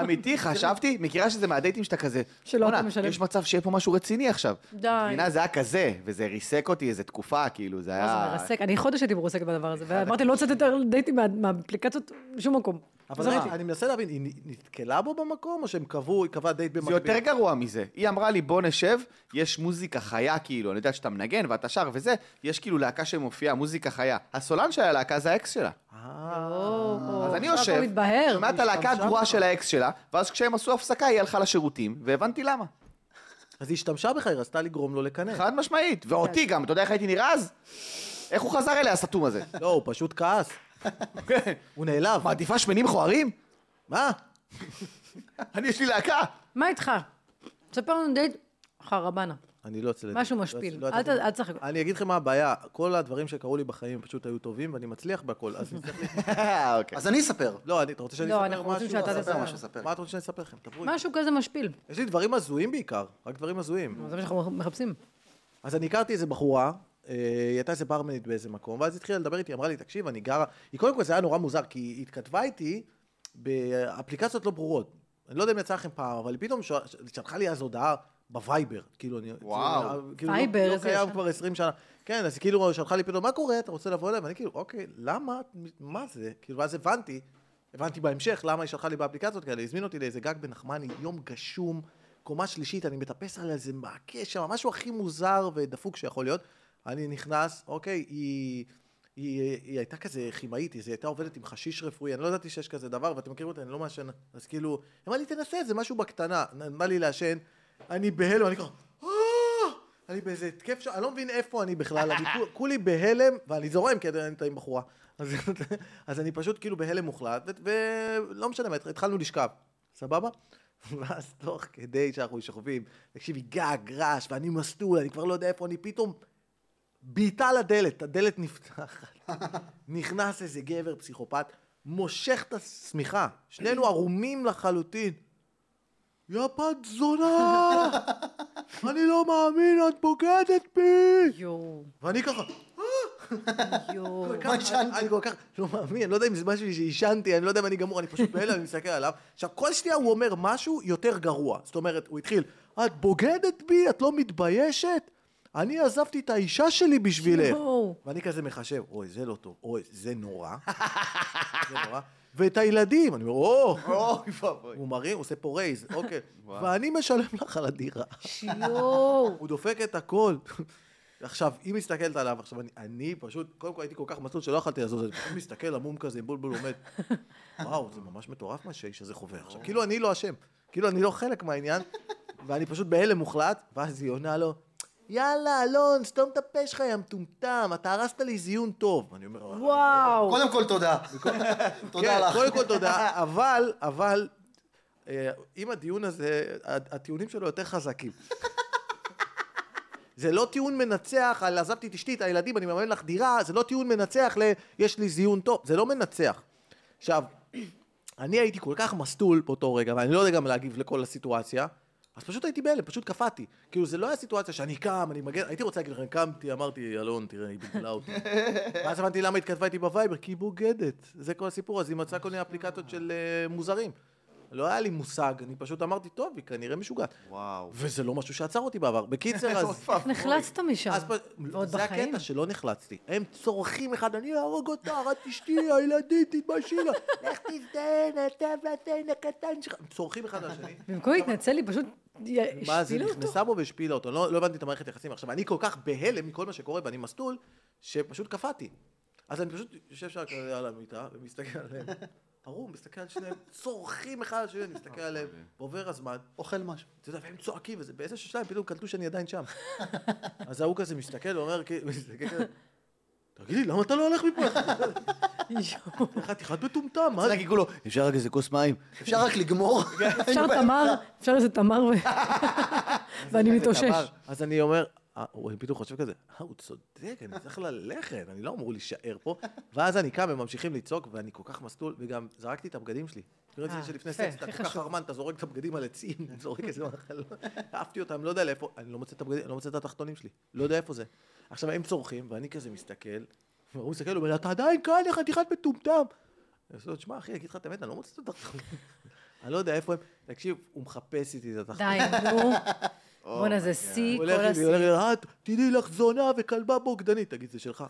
S3: אמיתי, חשבתי, מכירה שזה מהדייטים שאתה כזה,
S2: שלא אתה
S3: "בואנה,
S2: משלם."
S3: יש מצב שיהיה פה משהו רציני עכשיו.
S2: די.
S3: מבינה, זה היה כזה, וזה ריסק אותי איזה תקופה, כאילו, זה
S2: מה זה
S3: היה...
S2: מרסק? אני חודש הייתי מרוסק בדבר הזה, ואמרתי, לא יוצאת יותר דייטים מה- מהאפליקציות בשום מקום.
S1: אבל
S2: זריתי.
S1: מה, אני מנסה להבין, היא נתקלה בו במקום, או שהם קבעו, היא קבעה דייט
S3: זה
S1: במקביל?
S3: יותר גרוע מזה. היא אמרה לי, בוא נשב, יש מוזיקה חיה, כאילו, אני יודעת שאתה מנגן ואתה שר וזה, יש כאילו להקה שמופיעה, מוזיקה חיה. הסולן של הלהקה זה האקס שלה.
S2: או,
S3: אז אני
S2: עכשיו
S3: יושב,
S2: הוא מתבהר.
S3: שומע את הלהקה הגרועה של האקס שלה, ואז כשהם עשו הפסקה היא הלכה לשירותים, והבנתי למה.
S1: אז היא השתמשה בך, היא רצתה לגרום לו לקנא.
S3: חד משמעית. ואותי גם, אתה יודע איך הייתי נראה אז? איך הוא חזר אליה, הסתום הזה?
S1: לא, הוא פשוט כעס. הוא נעלב.
S3: מעדיפה שמנים מכוערים?
S1: מה?
S3: אני, יש לי להקה.
S2: מה איתך? תספר לנו דייט חרבנה.
S1: אני לא אצל...
S2: משהו
S1: לא
S2: משפיל.
S1: לא
S2: אל ת-
S1: יצאתי-
S2: אל תשחק.
S1: אני אגיד לכם מה הבעיה, כל הדברים שקרו לי בחיים פשוט היו טובים, ואני מצליח בהכל, אז... אני צריך-
S3: אוקיי.
S4: אז אני אספר.
S1: לא, אני- אתה רוצה שאני
S2: לא,
S1: אספר משהו?
S2: אנחנו רוצים שאתה
S1: אז-
S4: תספר משהו, ספר.
S1: מה אתה רוצה שאני אספר לכם? דברו איתי.
S2: משהו כזה משפיל.
S1: יש לי דברים הזויים בעיקר, רק דברים הזויים.
S2: זה מה שאנחנו מחפשים.
S1: אז אני הכרתי איזה בחורה, אה, היא הייתה איזה ברמנית באיזה מקום, ואז היא התחילה לדבר איתי, אמרה לי, תקשיב, אני גרה... היא קודם כל, זה היה נורא מוזר, כי היא התכתבה איתי באפליקציות לא ברורות. אני לא יודע אם יצא לכם פעם, אבל היא פתאום שואל- שלחה לי אז הודעה בווייבר. כאילו, אני...
S3: וואו.
S1: כאילו, לא-
S2: וייבר,
S1: לא
S2: זה
S1: קיים
S2: ישן.
S1: כבר 20 שנה. כן, אז היא כאילו שלחה לי פתאום, מה קורה? אתה רוצה לבוא אליי? ואני כאילו, אוקיי, למה? מה זה? כאילו, ואז הבנתי, הבנתי בהמשך למה היא שלחה לי באפליקציות כאלה. היא הזמינה אותי לאיזה גג בנחמני, יום גשום, קומה שלישית, אני מטפס על איזה מעקה שם, משהו הכי מוזר ודפוק שיכול להיות. אני נכנס, אוקיי, היא... היא, היא הייתה כזה כימאית, היא הייתה עובדת עם חשיש רפואי, אני לא ידעתי שיש כזה דבר, ואתם מכירים אותי, אני לא מעשן, אז כאילו, היא אמרה לי, תנסה, זה משהו בקטנה, נתנה לי לעשן, אני בהלם, אני ככה, "אה!" אני באיזה התקף שם, אני לא מבין איפה אני בכלל, אני כול- כולי בהלם, ואני זורם כי אני טעים בחורה. אז, אז אני פשוט כאילו בהלם מוחלט, ו- ולא משנה מה, התח- התחלנו לשכב, סבבה? ואז תוך כדי שאנחנו שוכבים, תקשיבי, גג, רעש, ואני מסטול, אני כבר לא יודע איפה אני, פתאום בעיטה לדלת, הדלת נפתחת. נכנס איזה גבר פסיכופת, מושך את השמיכה, שנינו ערומים לחלוטין. יא בת זונה! אני לא מאמין, את בוגדת בי!
S2: יואו,
S1: ואני ככה,
S2: יואו.
S1: ככה, אני- אני כל כך לא מאמין, אני לא יודע אם זה משהו שעישנתי, אני לא יודע אם אני גמור, אני פשוט בהלם, אני מסתכל עליו. עכשיו, כל שנייה הוא אומר משהו יותר גרוע. זאת אומרת, הוא התחיל, את בוגדת בי? את לא מתביישת? אני עזבתי את האישה שלי בשבילך.
S2: יואו.
S1: ואני כזה מחשב, אוי, זה לא טוב, אוי, זה נורא. זה נורא. ואת הילדים, אני אומר, או,
S3: אוי ואבוי.
S1: הוא מרים, הוא עושה פה רייז, אוקיי. ואני משלם לך על הדירה.
S2: יואו.
S1: הוא דופק את הכל. עכשיו, היא מסתכלת עליו, עכשיו אני, אני פשוט, קודם כל הייתי כל כך מסלול שלא יכולתי לזוז, אני פשוט מסתכל עמום כזה, עם בולבול עומד. וואו, זה ממש מטורף מה שהאיש הזה חווה עכשיו. כאילו אני לא אשם, כאילו אני לא חלק מהעניין, ואני פשוט בהלם מוחלט, ואז היא עונה לו, יאללה, אלון, סתום את הפה שלך, יא מטומטם, אתה הרסת לי זיון טוב. אני אומר, "אה,
S2: וואו.
S4: קודם כל תודה. תודה
S1: כן,
S4: לך.
S1: קודם כל תודה, אבל, אבל, אה, עם הדיון הזה, ה- הטיעונים שלו יותר חזקים. זה לא טיעון מנצח על עזבתי את אשתי, את הילדים, אני מממן לך דירה, זה לא טיעון מנצח ל... יש לי זיון טוב, זה לא מנצח. עכשיו, אני הייתי כל כך מסטול באותו רגע, ואני לא יודע גם להגיב לכל הסיטואציה, אז פשוט הייתי בהלם, פשוט קפאתי. כאילו, זה לא היה סיטואציה שאני קם, אני מגן, הייתי רוצה להגיד לכם, קמתי, אמרתי, אלון, תראה, היא ביגלה אותי. ואז הבנתי למה היא התכתבה איתי בווייבר, כי היא בוגדת. זה כל הסיפור, אז היא מצאה כל מיני אפליקציות של אה, מוזרים. לא היה לי מושג, אני פשוט אמרתי, טוב, היא כנראה משוגעת.
S3: וואו.
S1: וזה לא משהו שעצר אותי בעבר. בקיצר, אז...
S3: איפה
S2: נחלצת משם.
S1: אז פ-
S2: ועוד
S1: זה
S2: בחיים.
S1: הקטע שלא נחלצתי. הם צורכים אחד, אני אהרוג אותה, רק אשתי, הילדים, תתביישי לה. לך תזדיין, אתה והתן הקטן שלך. הם צורכים אחד על השני.
S2: במקום להתנצל, היא פשוט
S1: מה זה,
S2: השפילה אותו.
S1: נכנסה בו והשפילה אותו. לא לא הבנתי את המערכת היחסים. עכשיו, אני כל כך בהלם מכל מה שקורה ואני מסטול, שפשוט קפאתי. אז אני פשוט יושב שם כזה על המיטה ומסתכל עליהם. ערום, מסתכל על שניהם, צורכים אחד על השני, אני מסתכל עליהם, ועובר הזמן,
S4: אוכל משהו.
S1: אתה יודע, והם צועקים, וזה באיזה ששתיים פתאום קלטו שאני עדיין שם. אז ההוא כזה מסתכל ואומר, כאילו, מסתכל כזה, תגיד לי, למה אתה לא הולך מפה? חתיכת מטומטם, מה זה?
S4: רק כולו, אפשר רק איזה כוס מים? אפשר רק לגמור?
S2: אפשר תמר, אפשר איזה תמר, ו- ואני מתאושש.
S1: אז אני אומר, אה, הוא פתאום חושב כזה, אה, הוא צודק, אני צריך ללכת, אני לא אמור להישאר פה. ואז אני קם, הם ממשיכים לצעוק, ואני כל כך מסלול, וגם זרקתי את הבגדים שלי. תראו את זה
S2: אה,
S1: שלפני
S2: יפה,
S1: סקס, אתה
S2: הכי
S1: כל כך
S2: חשוב.
S1: חרמן, אתה זורק את הבגדים על עצים, זורק איזה מחלות, עפתי אותם, לא יודע לאיפה, אני לא מוצא את הבגדים, אני לא מוצא את התחתונים שלי, לא יודע איפה זה. עכשיו הם צורכים, ואני כזה מסתכל, והוא מסתכל, הוא אומר, אתה עדיין כאן, יא חתיכת מטומטם. אני עושה לו, תשמע, אחי, אני אגיד לך את האמת, אני לא מוצא את התחתונים. אני לא יודע איפה הם, תקשיב, הוא מחפש איתי את התחתונים.
S2: די, נו. בואנה, זה שיא,
S1: Oh הוא
S2: כל
S1: הולך איתי, הוא
S2: השיא.
S1: הולך איתי, את, תדעי לך זונה וכלבה בוגדנית. תגיד, זה שלך?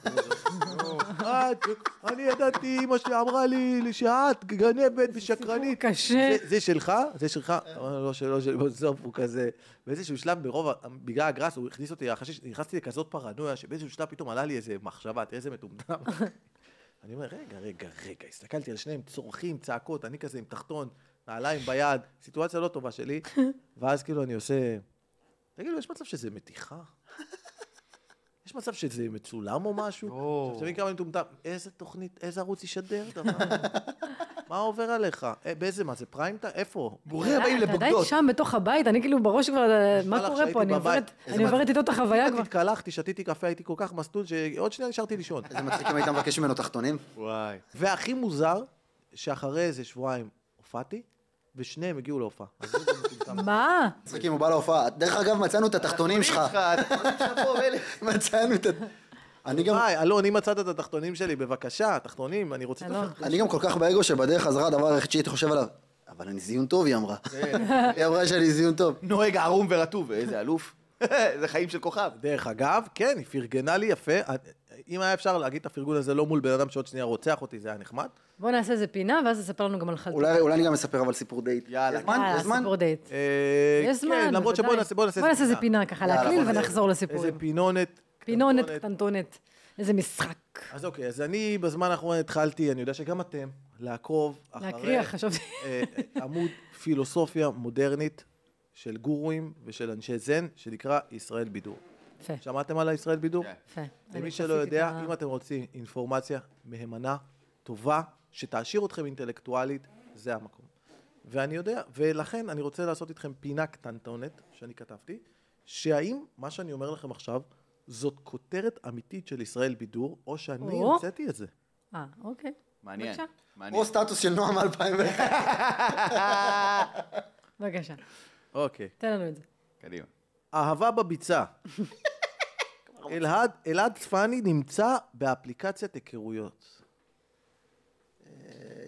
S1: את, אני ידעתי, אמא שלי אמרה לי שאת גנבת ושקרנית.
S2: קשה.
S1: זה- זה שלך? זה שלך? אמרנו, לא שלא שלי, בסוף הוא כזה. באיזשהו שלב, ברוב, ה- בגלל הגראס, הוא הכניס אותי, אחרי שנכנסתי לכזאת פרנויה, שבאיזשהו שלב פתאום עלה לי איזה מחשבה, תראה איזה מטומטם. אני אומר, רגע, רגע, רגע, הסתכלתי על שניהם צורכים, צעקות, אני כזה עם תחתון, נעליים ביד, סיטואציה לא טובה שלי, ואז כאילו אני עושה, תגידו, יש מצב שזה מתיחה? יש מצב שזה מצולם או משהו?
S3: או.
S1: עכשיו, אתה מבין כמה אני מטומטם? איזה תוכנית, איזה ערוץ ישדר דבר? מה עובר עליך? אה, באיזה, מה זה פריימטה? איפה?
S4: ברורי הבאים
S2: אתה עדיין
S4: לבוגדות.
S2: שם בתוך הבית, אני כאילו בראש כבר, מה
S1: לך
S2: קורה
S1: שהייתי
S2: פה? אני
S1: בבית.
S2: עוברת-
S1: איזה
S2: אני
S1: מה-
S2: עוברת איתו את החוויה כבר.
S1: התקלחתי, שתיתי קפה, הייתי כל כך מסטול, שעוד שנייה נשארתי לישון.
S4: איזה מצחיק אם היית מבקש ממנו תחתונים?
S3: וואי.
S1: והכי מוזר, שאחרי איזה שבועיים הופעתי, ושניהם הגיעו להופעה. אז זה מטומטם.
S2: מה?
S4: מצחיק אם הוא בא להופעה. דרך אגב, מצאנו את התחתונים שלך. מצאנו את ה... אני גם...
S1: היי, אלון, אם מצאת את התחתונים שלי, בבקשה, תחתונים, אני רוצה... את
S2: אלון.
S1: התחתונים.
S4: אני גם כל כך באגו שבדרך חזרה הדבר היחיד שהייתי חושב עליו. אבל אני זיון טוב, היא אמרה. היא אמרה שאני זיון טוב.
S3: נוהג ערום ורטוב, איזה אלוף. זה חיים של כוכב.
S1: דרך אגב, כן, היא פרגנה לי יפה. אם היה אפשר להגיד את הפרגון הזה לא מול בן אדם שעוד שנייה רוצח אותי, זה היה נחמד.
S2: בוא נעשה איזה פינה, ואז תספר לנו גם על חלטות.
S4: אולי אולי אני גם אספר אבל סיפור דייט.
S3: יאללה.
S4: יש זמן?
S2: יאללה,
S4: יש זמן?
S2: סיפור דייט.
S1: אה,
S2: יש זמן,
S1: כן, למרות שבוא
S2: בוודאי.
S1: נעשה בוא נעשה
S2: בוא נעשה איזה פינה ככה,
S4: יאללה,
S2: להקליל
S4: בוא נעשה-
S2: ונחזור
S1: איזה
S2: לסיפורים.
S1: פינונת.
S2: פינונת
S1: קטנטונת.
S2: קטנטונת. איזה משחק.
S1: אז אוקיי, אז אני בזמן האחרון התחלתי, אני יודע שגם אתם, לעקוב אחרי...
S2: להקריח, חשבתי.
S1: אה, אה, עמוד פילוסופיה מודרנית של גורואים ושל אנשי זן, שנקרא ישראל בידור.
S2: יפה,
S1: שמעתם על הישראל בידור?
S3: כן.
S2: יפה. אני
S1: למי שלא
S2: עשיתי את
S1: יודע,
S2: ה-
S1: אם אתם רוצים אינפורמציה מהימנה, טובה, שתעשיר אתכם אינטלקטואלית, זה המקום. ואני יודע, ולכן אני רוצה לעשות איתכם פינה קטנטונת, שאני כתבתי, שהאם מה שאני אומר לכם עכשיו, זאת כותרת אמיתית של ישראל בידור, או שאני
S2: או.
S1: המצאתי את זה.
S2: אה, אוקיי.
S3: מעניין.
S2: בבקשה.
S4: או
S3: מעניין.
S4: סטטוס של נועם 2001.
S2: בבקשה,
S1: אוקיי.
S2: תן לנו את זה.
S3: קדימה.
S1: אהבה בביצה. אלעד, אלעד צפני נמצא באפליקציית היכרויות.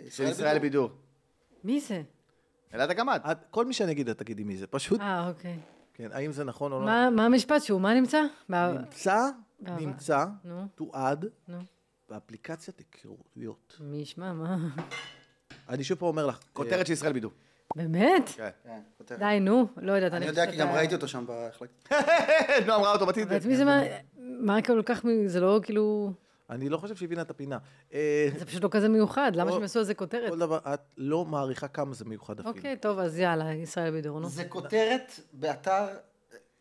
S3: של ישראל בידור.
S2: מי זה?
S3: אלעד הגמד.
S1: את- כל מי שאני אגיד לה, תגידי מי זה. פשוט,
S2: אה, אוקיי.
S1: כן, האם זה נכון או לא.
S2: מה מה המשפט שהוא, מה נמצא? מה-
S1: נמצא,
S2: באהבה.
S1: נמצא,
S2: נו.
S1: תועד,
S2: נו,
S1: באפליקציית היכרויות.
S2: מי ישמע, מה?
S1: אני שוב פעם אומר לך,
S3: כותרת של ישראל בידור.
S2: באמת?
S4: כן, כותרת.
S2: די, נו, לא יודעת.
S4: אני יודע כי גם
S2: שאתה-
S4: ראיתי אותו שם בהחלקה.
S3: נועם ראה אה, לא, אותו בטיטל.
S2: ואת מי זה מה... מה כל כך, מ- זה לא כאילו...
S1: אני לא חושב שהיא הבינה את הפינה. אה,
S2: זה פשוט לא כזה מיוחד, למה
S1: או-
S2: שהם יעשו על זה כותרת?
S1: כל דבר, את לא מעריכה כמה זה מיוחד אפילו.
S2: אוקיי, טוב, אז יאללה, ישראל בידור, נו.
S4: זה כותרת באתר...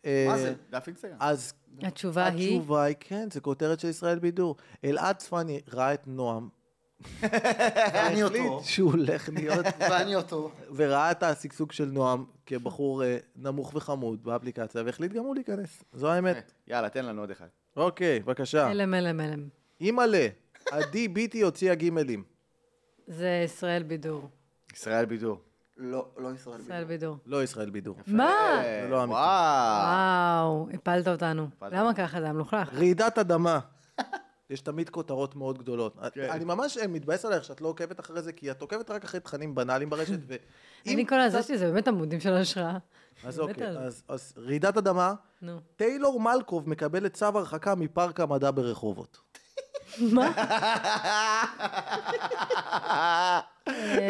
S1: אה,
S4: מה זה?
S3: דף אינסטגרם.
S1: אז
S2: התשובה היא...
S1: התשובה היא כן, זה כותרת של ישראל בידור. אלעד צפני ראה את נועם
S4: ואני אותו,
S1: החליט שהוא הולך להיות,
S4: ואני אותו.
S1: וראה את השגשוג של נועם כבחור אה, נמוך וחמוד באפליקציה, והחליט גם הוא להיכנס. זו האמת.
S3: יאללה, תן לנו עוד אחד.
S1: אוקיי, בבקשה.
S2: הלם, הלם, הלם.
S1: אימא'לה, עדי ביטי הוציאה גימלים.
S2: זה ישראל בידור.
S3: ישראל בידור.
S4: לא, לא ישראל
S2: ישראל
S4: בידור.
S2: בידור.
S1: לא ישראל בידור.
S2: מה?
S3: אה,
S1: לא אמיתי.
S3: וואו.
S2: וואו, הפלת אותנו.
S3: הפלת.
S2: למה ככה? זה היה מלוכלך.
S1: רעידת אדמה. יש תמיד כותרות מאוד גדולות.
S2: כן.
S1: אני ממש אה, מתבאס עלייך שאת לא עוקבת אחרי זה, כי את עוקבת רק אחרי תכנים בנאליים ברשת, ו...
S2: אני כל הזה שלי, זה באמת עמודים של השראה.
S1: אז
S2: באמת
S1: אוקיי,
S2: על זה.
S1: אז- אז רעידת אדמה,
S2: נו.
S1: טיילור מלקוב מקבלת צו הרחקה מפארק המדע ברחובות.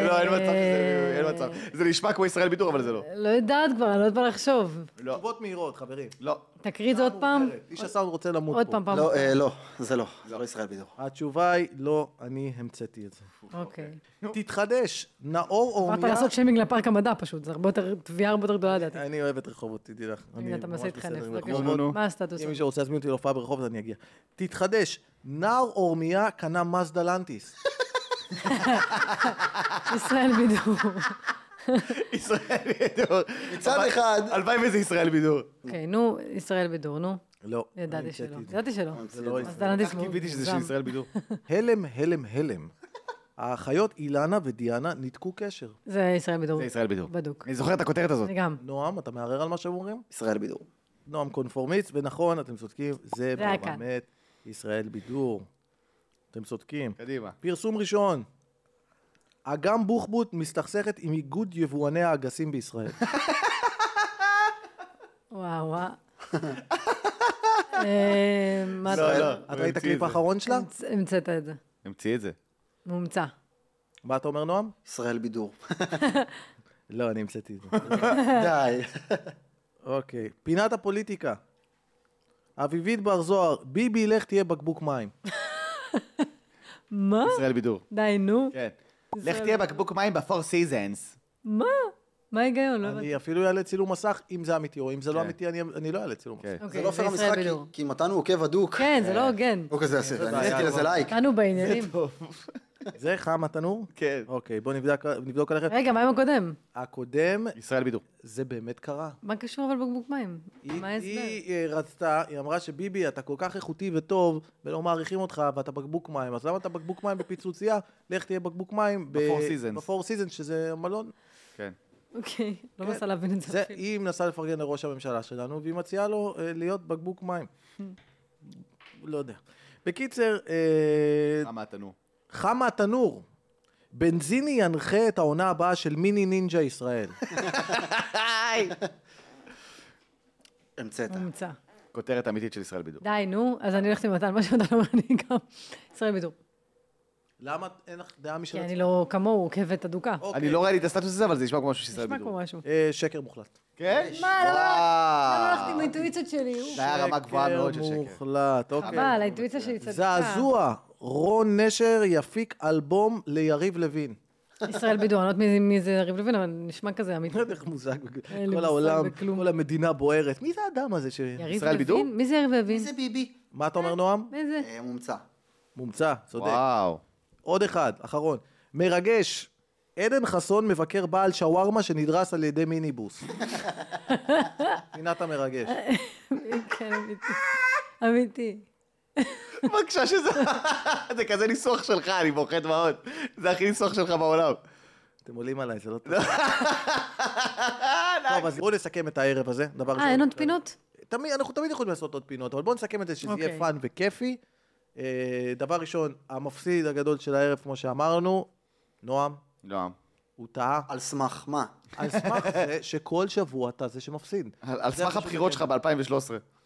S3: לא, אין מצב
S2: אה.
S3: שזה, אין מצב. זה נשמע כמו ישראל בידור, אבל זה לא.
S2: לא יודעת כבר, אני לא יודעת מה לחשוב.
S3: לא.
S1: תשובות מהירות, חברים.
S3: לא.
S2: תקריא את זה עוד פעם.
S1: איש הסאונד רוצה למות פה.
S2: עוד פעם, פעם.
S4: לא, אה, לא, זה לא, זה לא ישראל בידור.
S1: התשובה היא, לא, אני המצאתי את זה.
S2: אוקיי.
S1: תתחדש, נאור
S2: באת
S1: אורניה...
S2: לעשות שיימינג לפארק המדע פשוט, זה הרבה יותר, תביעה הרבה יותר גדולה לדעתי.
S1: אני אוהב את רחובות, תדעי לך. אני
S2: הנה, אתה מנסה
S1: ממש בסדר
S2: להתחנף,
S1: עם
S2: בבקשה.
S1: רחובות.
S2: מה הסטטוס?
S1: אם מישהו רוצה להזמין אותי להופעה ברחוב, אז אני אגיע. תתחדש, נער אורמיה קנה מזדה לנטיס.
S2: ישראל בידור.
S3: ישראל בידור.
S4: מצד
S3: אבל-
S4: אחד-
S3: הלוואי וזה ישראל בידור.
S2: אוקיי, נו, ישראל בידור, נו.
S1: לא, אני
S2: ידעתי
S1: המצאתי
S2: שלא.
S1: את זה.
S2: ידעתי שלא.
S1: זה לא
S2: אז
S1: ישראל.
S2: דלנדיס
S3: כך קיוויתי שזה של ישראל בידור.
S1: הלם, הלם, הלם. האחיות אילנה ודיאנה ניתקו קשר.
S2: זה ישראל בידור.
S3: זה ישראל בידור.
S2: בדוק.
S3: אני זוכר את הכותרת הזאת.
S2: אני גם.
S1: נועם, אתה מערער על מה שהם אומרים?
S4: ישראל בידור.
S1: נועם קונפורמיסט, ונכון, אתם צודקים, זה
S2: זה היה קל.
S1: באמת ישראל בידור. אתם צודקים.
S3: קדימה.
S1: פרסום ראשון. אגם בוחבוט מסתכסכת עם איגוד יבואני האגסים בישראל.
S2: וואו, וואו. אה, מה
S3: לא,
S2: אתה...
S3: לא.
S1: את ראית
S3: המציא את
S1: הקליפ
S3: זה.
S1: האחרון שלה?
S2: המצ- המצאת את זה.
S3: המציא את זה.
S2: אה. מומצא. כן.
S1: מה אתה אומר, נועם?
S4: ישראל בידור.
S1: לא, אני המצאתי את זה.
S4: די.
S1: אוקיי. פינת הפוליטיקה. אביבית בר זוהר, ביבי, לך תהיה בקבוק מים.
S2: לא מה?
S3: ישראל בידור.
S2: די, נו.
S3: כן. לך תהיה בקבוק מים בפור סיזנס.
S2: מה? מה ההיגיון? לא הבנתי.
S1: אני אפילו אעלה צילום מסך, אם זה אמיתי, או אם זה לא
S3: כן.
S1: אמיתי, אני- אני לא אעלה צילום מסך.
S3: כן.
S4: זה
S2: אוקיי,
S4: לא פייר
S2: ישראל
S4: המשחק,
S2: בידור.
S4: כי- כי מתן הוא עוקב הדוק.
S2: כן, זה לא הוגן.
S4: הוא כזה עושה, אני עשיתי לזה לייק.
S2: אותנו בעניינים.
S1: זה חם התנור?
S3: כן.
S1: אוקיי, בואו נבדק- נבדוק עליכם.
S2: רגע, מה עם הקודם?
S1: הקודם,
S3: ישראל בידור.
S1: זה באמת קרה.
S2: מה קשור אבל בקבוק מים?
S1: היא,
S2: מה ההסבר?
S1: היא אה, רצתה, היא אמרה שביבי, אתה כל כך איכותי וטוב, ולא מעריכים אותך, ואתה בקבוק מים, אז למה אתה בקבוק מים בפיצוצייה? לך תהיה בקבוק מים ב-
S3: ב-Four Seasons.
S1: ב-Four Seasons, שזה מלון.
S3: כן.
S2: אוקיי, לא מנסה להבין את זה
S1: זה,
S2: אפילו.
S1: היא מנסה לפרגן לראש הממשלה שלנו, והיא מציעה לו אה, להיות בקבוק מים. לא יודע. בקיצר, אה,
S3: למה אתה נו?
S1: חם התנור. בנזיני ינחה את העונה הבאה של מיני נינג'ה ישראל.
S4: המצאת.
S2: מומצא.
S3: כותרת אמיתית של ישראל בידור.
S2: די, נו, אז אני הולכת עם מתן, מה שאתה אומר, אני גם. ישראל בידור.
S1: למה אין לך דעה משל
S2: כי
S1: עצמך?
S2: אני לא כמוהו, עוקבת אדוקה.
S1: אוקיי.
S3: אני לא ראיתי את הסטטוס הזה, אבל זה נשמע כמו משהו של ישראל
S2: נשמע
S3: בידור.
S2: כמו משהו.
S1: אה, שקר מוחלט.
S3: כן?
S2: מה, למה- למה
S3: וואו.
S2: הלכתי עם האינטואיציות שלי? אוף.
S3: זה היה רמה גבוהה מאוד של שקר.
S1: מוחלט, אוקיי.
S2: אבל האינטואיציה שלי צדקה.
S1: זעזוע, רון נשר יפיק אלבום ליריב לוין.
S2: ישראל בידור, אני לא יודעת מי- מי זה יריב לוין, אבל נשמע כזה אמיתי.
S1: לא יודע איך מוזג,
S2: לי
S1: כל
S2: מושג
S1: העולם,
S2: בכלום.
S1: כל המדינה בוערת. מי זה האדם הזה ש...
S2: יריב
S3: ישראל בידור?
S2: לוין? מי זה יריב לוין?
S4: זה ביבי.
S1: מה אתה אומר, נועם?
S2: מי זה?
S4: אה, מומצא.
S1: מומצא, צודק.
S3: וואו.
S1: עוד אחד, אחרון. מרגש. עדן חסון מבקר בעל שווארמה שנדרס על ידי מיניבוס. פינת המרגש.
S2: כן, אמיתי. אמיתי.
S3: בבקשה שזה... זה כזה ניסוח שלך, אני בוכה דמעות. זה הכי ניסוח שלך בעולם.
S1: אתם עולים עליי, זה לא טוב. טוב, אז בואו נסכם את הערב הזה. דבר ראשון.
S2: אה, אין עוד פינות?
S1: תמיד, אנחנו תמיד יכולים לעשות עוד פינות, אבל בואו נסכם את זה שזה יהיה
S2: אוקיי.
S1: פאן וכיפי. אה, דבר ראשון, המפסיד הגדול של הערב, כמו שאמרנו, נועם,
S3: לא.
S1: הוא טעה.
S4: על סמך מה?
S1: על סמך זה שכל שבוע אתה זה שמפסיד.
S3: על על
S1: זה
S3: סמך
S1: פשוט
S3: הבחירות שלך ב-2013.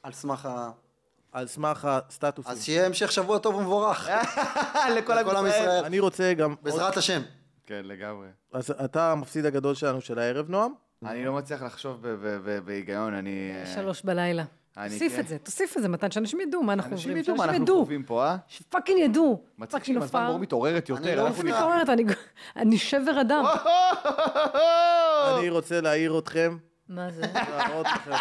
S4: על סמך ה...
S1: על סמך הסטטוסים.
S4: אז שיהיה המשך שבוע טוב ומבורך.
S3: לכל
S4: לכל עם ישראל.
S1: אני רוצה גם... עוד-
S4: בעזרת השם.
S3: כן, לגמרי.
S1: אז אתה המפסיד הגדול שלנו של הערב, נועם?
S3: אני לא מצליח לחשוב ב- ב- ב- בהיגיון, אני... אה,
S2: שלוש בלילה.
S3: אני- כן.
S2: תוסיף את זה, תוסיף את זה, מתן, שאנשים ידעו מה אנחנו עוברים.
S3: אנשים ידעו מה
S2: שאנשים
S3: אנחנו חווים פה, אה?
S2: שפאקינג ידעו.
S3: מצחיק
S2: פאקינג
S3: שאם הזמן
S2: נופר.
S3: ברור מתעוררת
S4: אני
S3: יותר,
S4: לא
S3: אנחנו
S2: כאילו אני
S4: מופתע.
S2: מתעוררת, אני- אני שבר אדם.
S1: אני רוצה להעיר אתכם.
S2: מה זה?
S1: להראות לכם.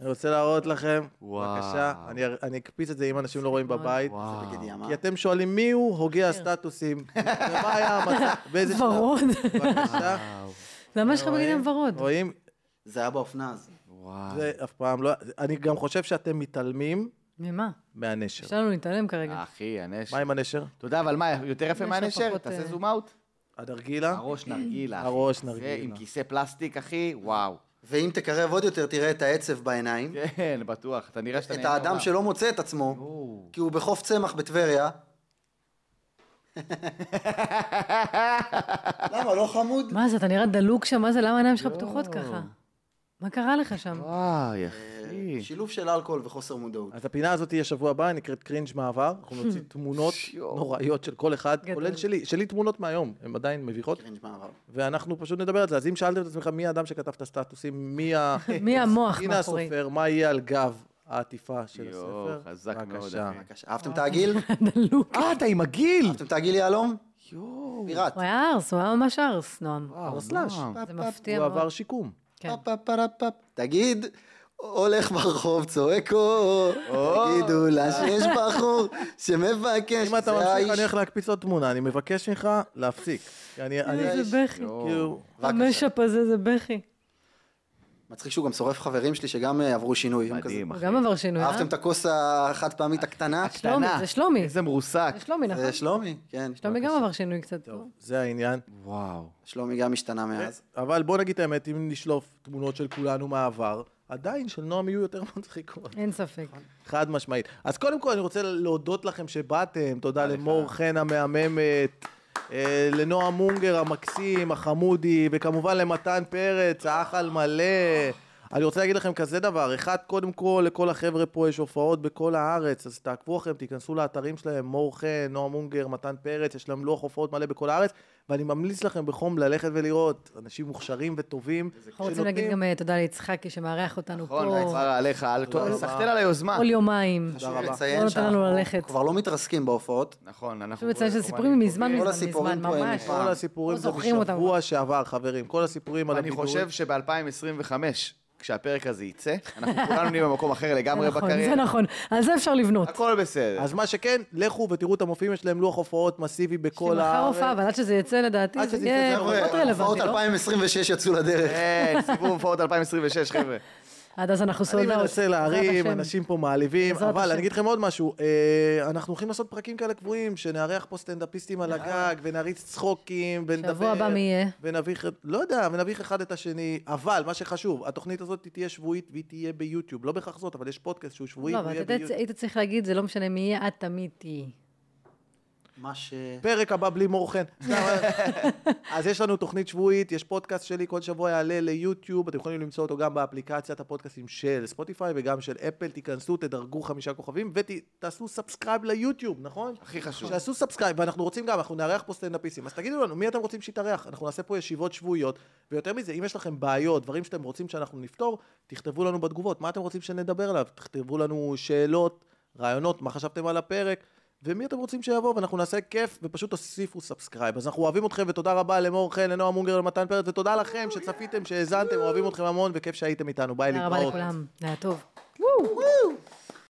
S1: אני רוצה להראות לכם,
S3: וואו.
S1: בבקשה, אני- אני אקפיץ את זה אם אנשים לא רואים בבית,
S3: וואו.
S4: תגידי, אמר.
S1: כי אתם שואלים מי הוא הוגה הסטטוסים, ומה היה המצב, באיזה שלב.
S2: כן. ורוד.
S1: בבקשה.
S2: למה יש לך בגדים
S1: רואים?
S2: ורוד? אה.
S1: רואים?
S4: זה היה באופנה אז.
S3: וואו.
S1: זה אף פעם לא... אני גם חושב שאתם מתעלמים
S2: ממה?
S1: מהנשר.
S2: אפשר לנו להתעלם כרגע.
S3: אחי, הנשר.
S1: מה עם הנשר?
S3: אתה יודע, אבל מה, יותר יפה
S2: יש
S3: מהנשר?
S2: לפחות,
S3: תעשה
S2: אה,
S3: זום אאוט.
S1: הדרגילה?
S3: הראש נרגילה. אחי.
S1: הראש
S3: זה
S1: נרגילה.
S3: עם כיסא פלסטיק, אחי, וואו.
S4: ואם תקרב עוד יותר, תראה את העצב בעיניים.
S3: כן, בטוח. אתה נראה שאתה
S4: את
S3: נהנה
S4: האדם
S3: מהעולם.
S4: שלא מוצא את עצמו,
S3: או.
S4: כי הוא בחוף צמח בטבריה. למה, לא חמוד?
S2: מה זה, אתה נראה דלוק שם? מה זה, למה העיניים שלך
S3: לא.
S2: פתוחות ככה? מה קרה לך שם?
S3: וואי,
S4: אה,
S3: אחי.
S4: שילוב של אלכוהול וחוסר מודעות.
S1: אז הפינה הזאת תהיה שבוע הבא, היא נקראת קרינג' מעבר. אנחנו נוציא תמונות
S3: שיו.
S1: נוראיות של כל אחד,
S2: Hmm. גדול. כן.
S1: כולל שלי. שלי תמונות מהיום, הן עדיין מביכות.
S4: קרינג' מעבר.
S1: ואנחנו פשוט נדבר על זה. אז אם שאלתם את עצמכם מי האדם שכתב את הסטטוסים, מי ה...
S2: מי המוח
S1: הנה
S2: מאחורי?
S1: הסופר, מה יהיה על גב העטיפה של
S3: יואו,
S1: הספר.
S3: חזק מאוד,
S1: בבקשה.
S3: אחי.
S4: בבקשה. אהבתם את העגיל?
S2: דלוק.
S3: אה, אתה עם הגיל!
S4: אהבתם את העגיל יהלום?
S3: יואו.
S4: פיראט.
S2: הוא היה ארס, הוא היה ממש ארס, נועם.
S1: אבל סלאש.
S3: נועם.
S2: זה מפתיע
S1: הוא עבר
S2: מאוד.
S1: שיקום.
S2: כן.
S4: פאפ, פאפ, פאפ, פאפ. תגיד, הולך ברחוב צועק או, תגידו לה שיש בחור שמבקש.
S1: אם אתה
S4: זה
S1: ממשיך,
S4: האיש.
S1: אני הולך להקפיץ עוד תמונה, אני מבקש ממך להפסיק. כי אני... אני-
S2: איזה בכי.
S1: כאילו...
S4: בבקשה.
S2: המשאפ הזה זה בכי.
S4: מצחיק שהוא גם שורף חברים שלי שגם אה, עברו שינוי. הם
S3: מדהים,
S2: הוא
S3: אחי.
S2: גם עבר שינוי, אה?
S4: אהבתם את הכוס החד פעמית הקטנה?
S2: שלומי,
S3: קטנה.
S2: זה שלומי.
S3: איזה מרוסק.
S2: זה שלומי, נכון?
S4: זה שלומי, כן.
S2: שלומי גם עבר שינוי קצת. לא?
S1: זה העניין.
S3: וואו.
S4: שלומי גם השתנה מאז.
S1: אבל בוא נגיד את האמת, אם נשלוף תמונות של כולנו מהעבר, עדיין של נועם יהיו יותר מצחיקות.
S2: אין ספק.
S1: חד משמעית. אז קודם כל אני רוצה להודות לכם שבאתם, תודה למור חן המהממת, אה, לנועם מונגר המקסים, החמודי, וכמובן למתן פרץ, האח על מלא. אני רוצה להגיד לכם כזה דבר, אחד, קודם כל, לכל החבר'ה פה יש הופעות בכל הארץ, אז תעקבו אחריהם, תיכנסו לאתרים שלהם, מור חן, נועם מונגר, מתן פרץ, יש להם לוח הופעות מלא בכל הארץ, ואני ממליץ לכם בחום ללכת ולראות, אנשים מוכשרים וטובים,
S2: אנחנו רוצים להגיד גם אה, תודה ליצחקי שמארח אותנו
S3: נכון,
S2: פה
S3: כבר עליך, אל
S1: רבה.
S3: סחטן על היוזמה.
S2: כל יומיים.
S4: חשוב
S1: רבה.
S2: לא
S4: לציין
S2: נתן לנו ללכת.
S4: שאנחנו כבר לא מתרסקים בהופעות.
S3: נכון, אנחנו...
S2: חשוב לציין שזה
S3: כמובן
S2: סיפורים מזמן
S4: כל
S2: מזמן
S4: הסיפורים
S2: מזמן,
S4: פה הם
S2: ממש.
S4: מפה.
S1: כל הסיפורים
S2: לא
S1: זה
S2: זוכרים אותם.
S1: בשבוע שעבר, חברים, כל הסיפורים על
S3: אני
S1: הבידוד.
S3: חושב שב-2025, כשהפרק הזה יצא, אנחנו כולנו נהיה במקום אחר לגמרי
S2: נכון,
S3: בקריירה.
S2: זה נכון. על זה אפשר לבנות.
S3: הכל בסדר.
S1: אז מה שכן, לכו ותראו את המופיעים, יש להם לוח הופעות מסיבי
S2: כי
S1: בכל
S2: מחר
S1: הארץ.
S2: הופעה, אבל עד שזה יצא לדעתי,
S1: עד
S2: זה
S1: שזה
S2: יהיה
S1: יצא,
S2: פחות
S1: חבר'ה,
S4: הופעות
S2: רלוונטי, לא?
S4: 2026 יצאו
S2: אה.
S4: לדרך.
S3: כן, סיבוב הופעות 2026, חבר'ה.
S2: עד אז אנחנו
S1: אני
S2: סולדות.
S1: מנסה להרים, אנשים פה מעליבים,
S2: בעזרת
S1: אבל
S2: השם.
S1: אני אגיד לכם עוד משהו, אה, אנחנו הולכים לעשות פרקים כאלה קבועים, שנארח פה סטנדאפיסטים על הגג, ונריץ צחוקים, ונדבר.
S2: שבוע הבא מי יהיה?
S1: ונביך, את- לא יודע, ונביך אחד את השני, אבל מה שחשוב, התוכנית הזאת תהיה שבועית והיא תהיה ביוטיוב, לא בהכרח זאת, אבל יש פודקאסט שהוא שבועי,
S2: לא,
S1: והוא
S2: אבל
S1: יהיה
S2: אתה יודע,
S1: ביוטיוב.
S2: היית צריך להגיד, זה לא משנה מי יהיה, את תמיד תהיי.
S4: מה ש...
S1: פרק הבא בלי מורחן. סתם, אה. אז יש לנו תוכנית שבועית, יש פודקאסט שלי, כל שבוע יעלה ליוטיוב, אתם יכולים למצוא אותו גם באפליקציית הפודקאסטים של ספוטיפיי וגם של אפל, תיכנסו, תדרגו חמישה כוכבים ותעשו סאבסקרייב ליוטיוב, נכון?
S3: הכי חשוב.
S1: שעשו סאבסקרייב, ואנחנו רוצים גם, אנחנו נארח פה סטנדאפיסטים, אז תגידו לנו, מי אתם רוצים שיתארח? אנחנו נעשה פה ישיבות שבועיות, ויותר מזה, אם יש לכם בעיות, דברים שאתם רוצים שאנחנו נפתור, תכתבו לנו בתגובות, מה אתם רוצים שנדבר עליו? תכתבו לנו שאלות, רעיונות, מה חשבתם על הפרק, ומי אתם רוצים שיבוא, ואנחנו נעשה כיף, ופשוט תוסיפו סאבסקרייב. אז אנחנו אוהבים אתכם, ותודה רבה למור חן, לנועה מונגר, למתן פרץ, ותודה לכם שצפיתם, שהאזנתם, אוהבים אתכם המון, וכיף שהייתם איתנו, ביי
S2: תודה רבה
S1: להתראות.
S2: לכולם, זה היה טוב.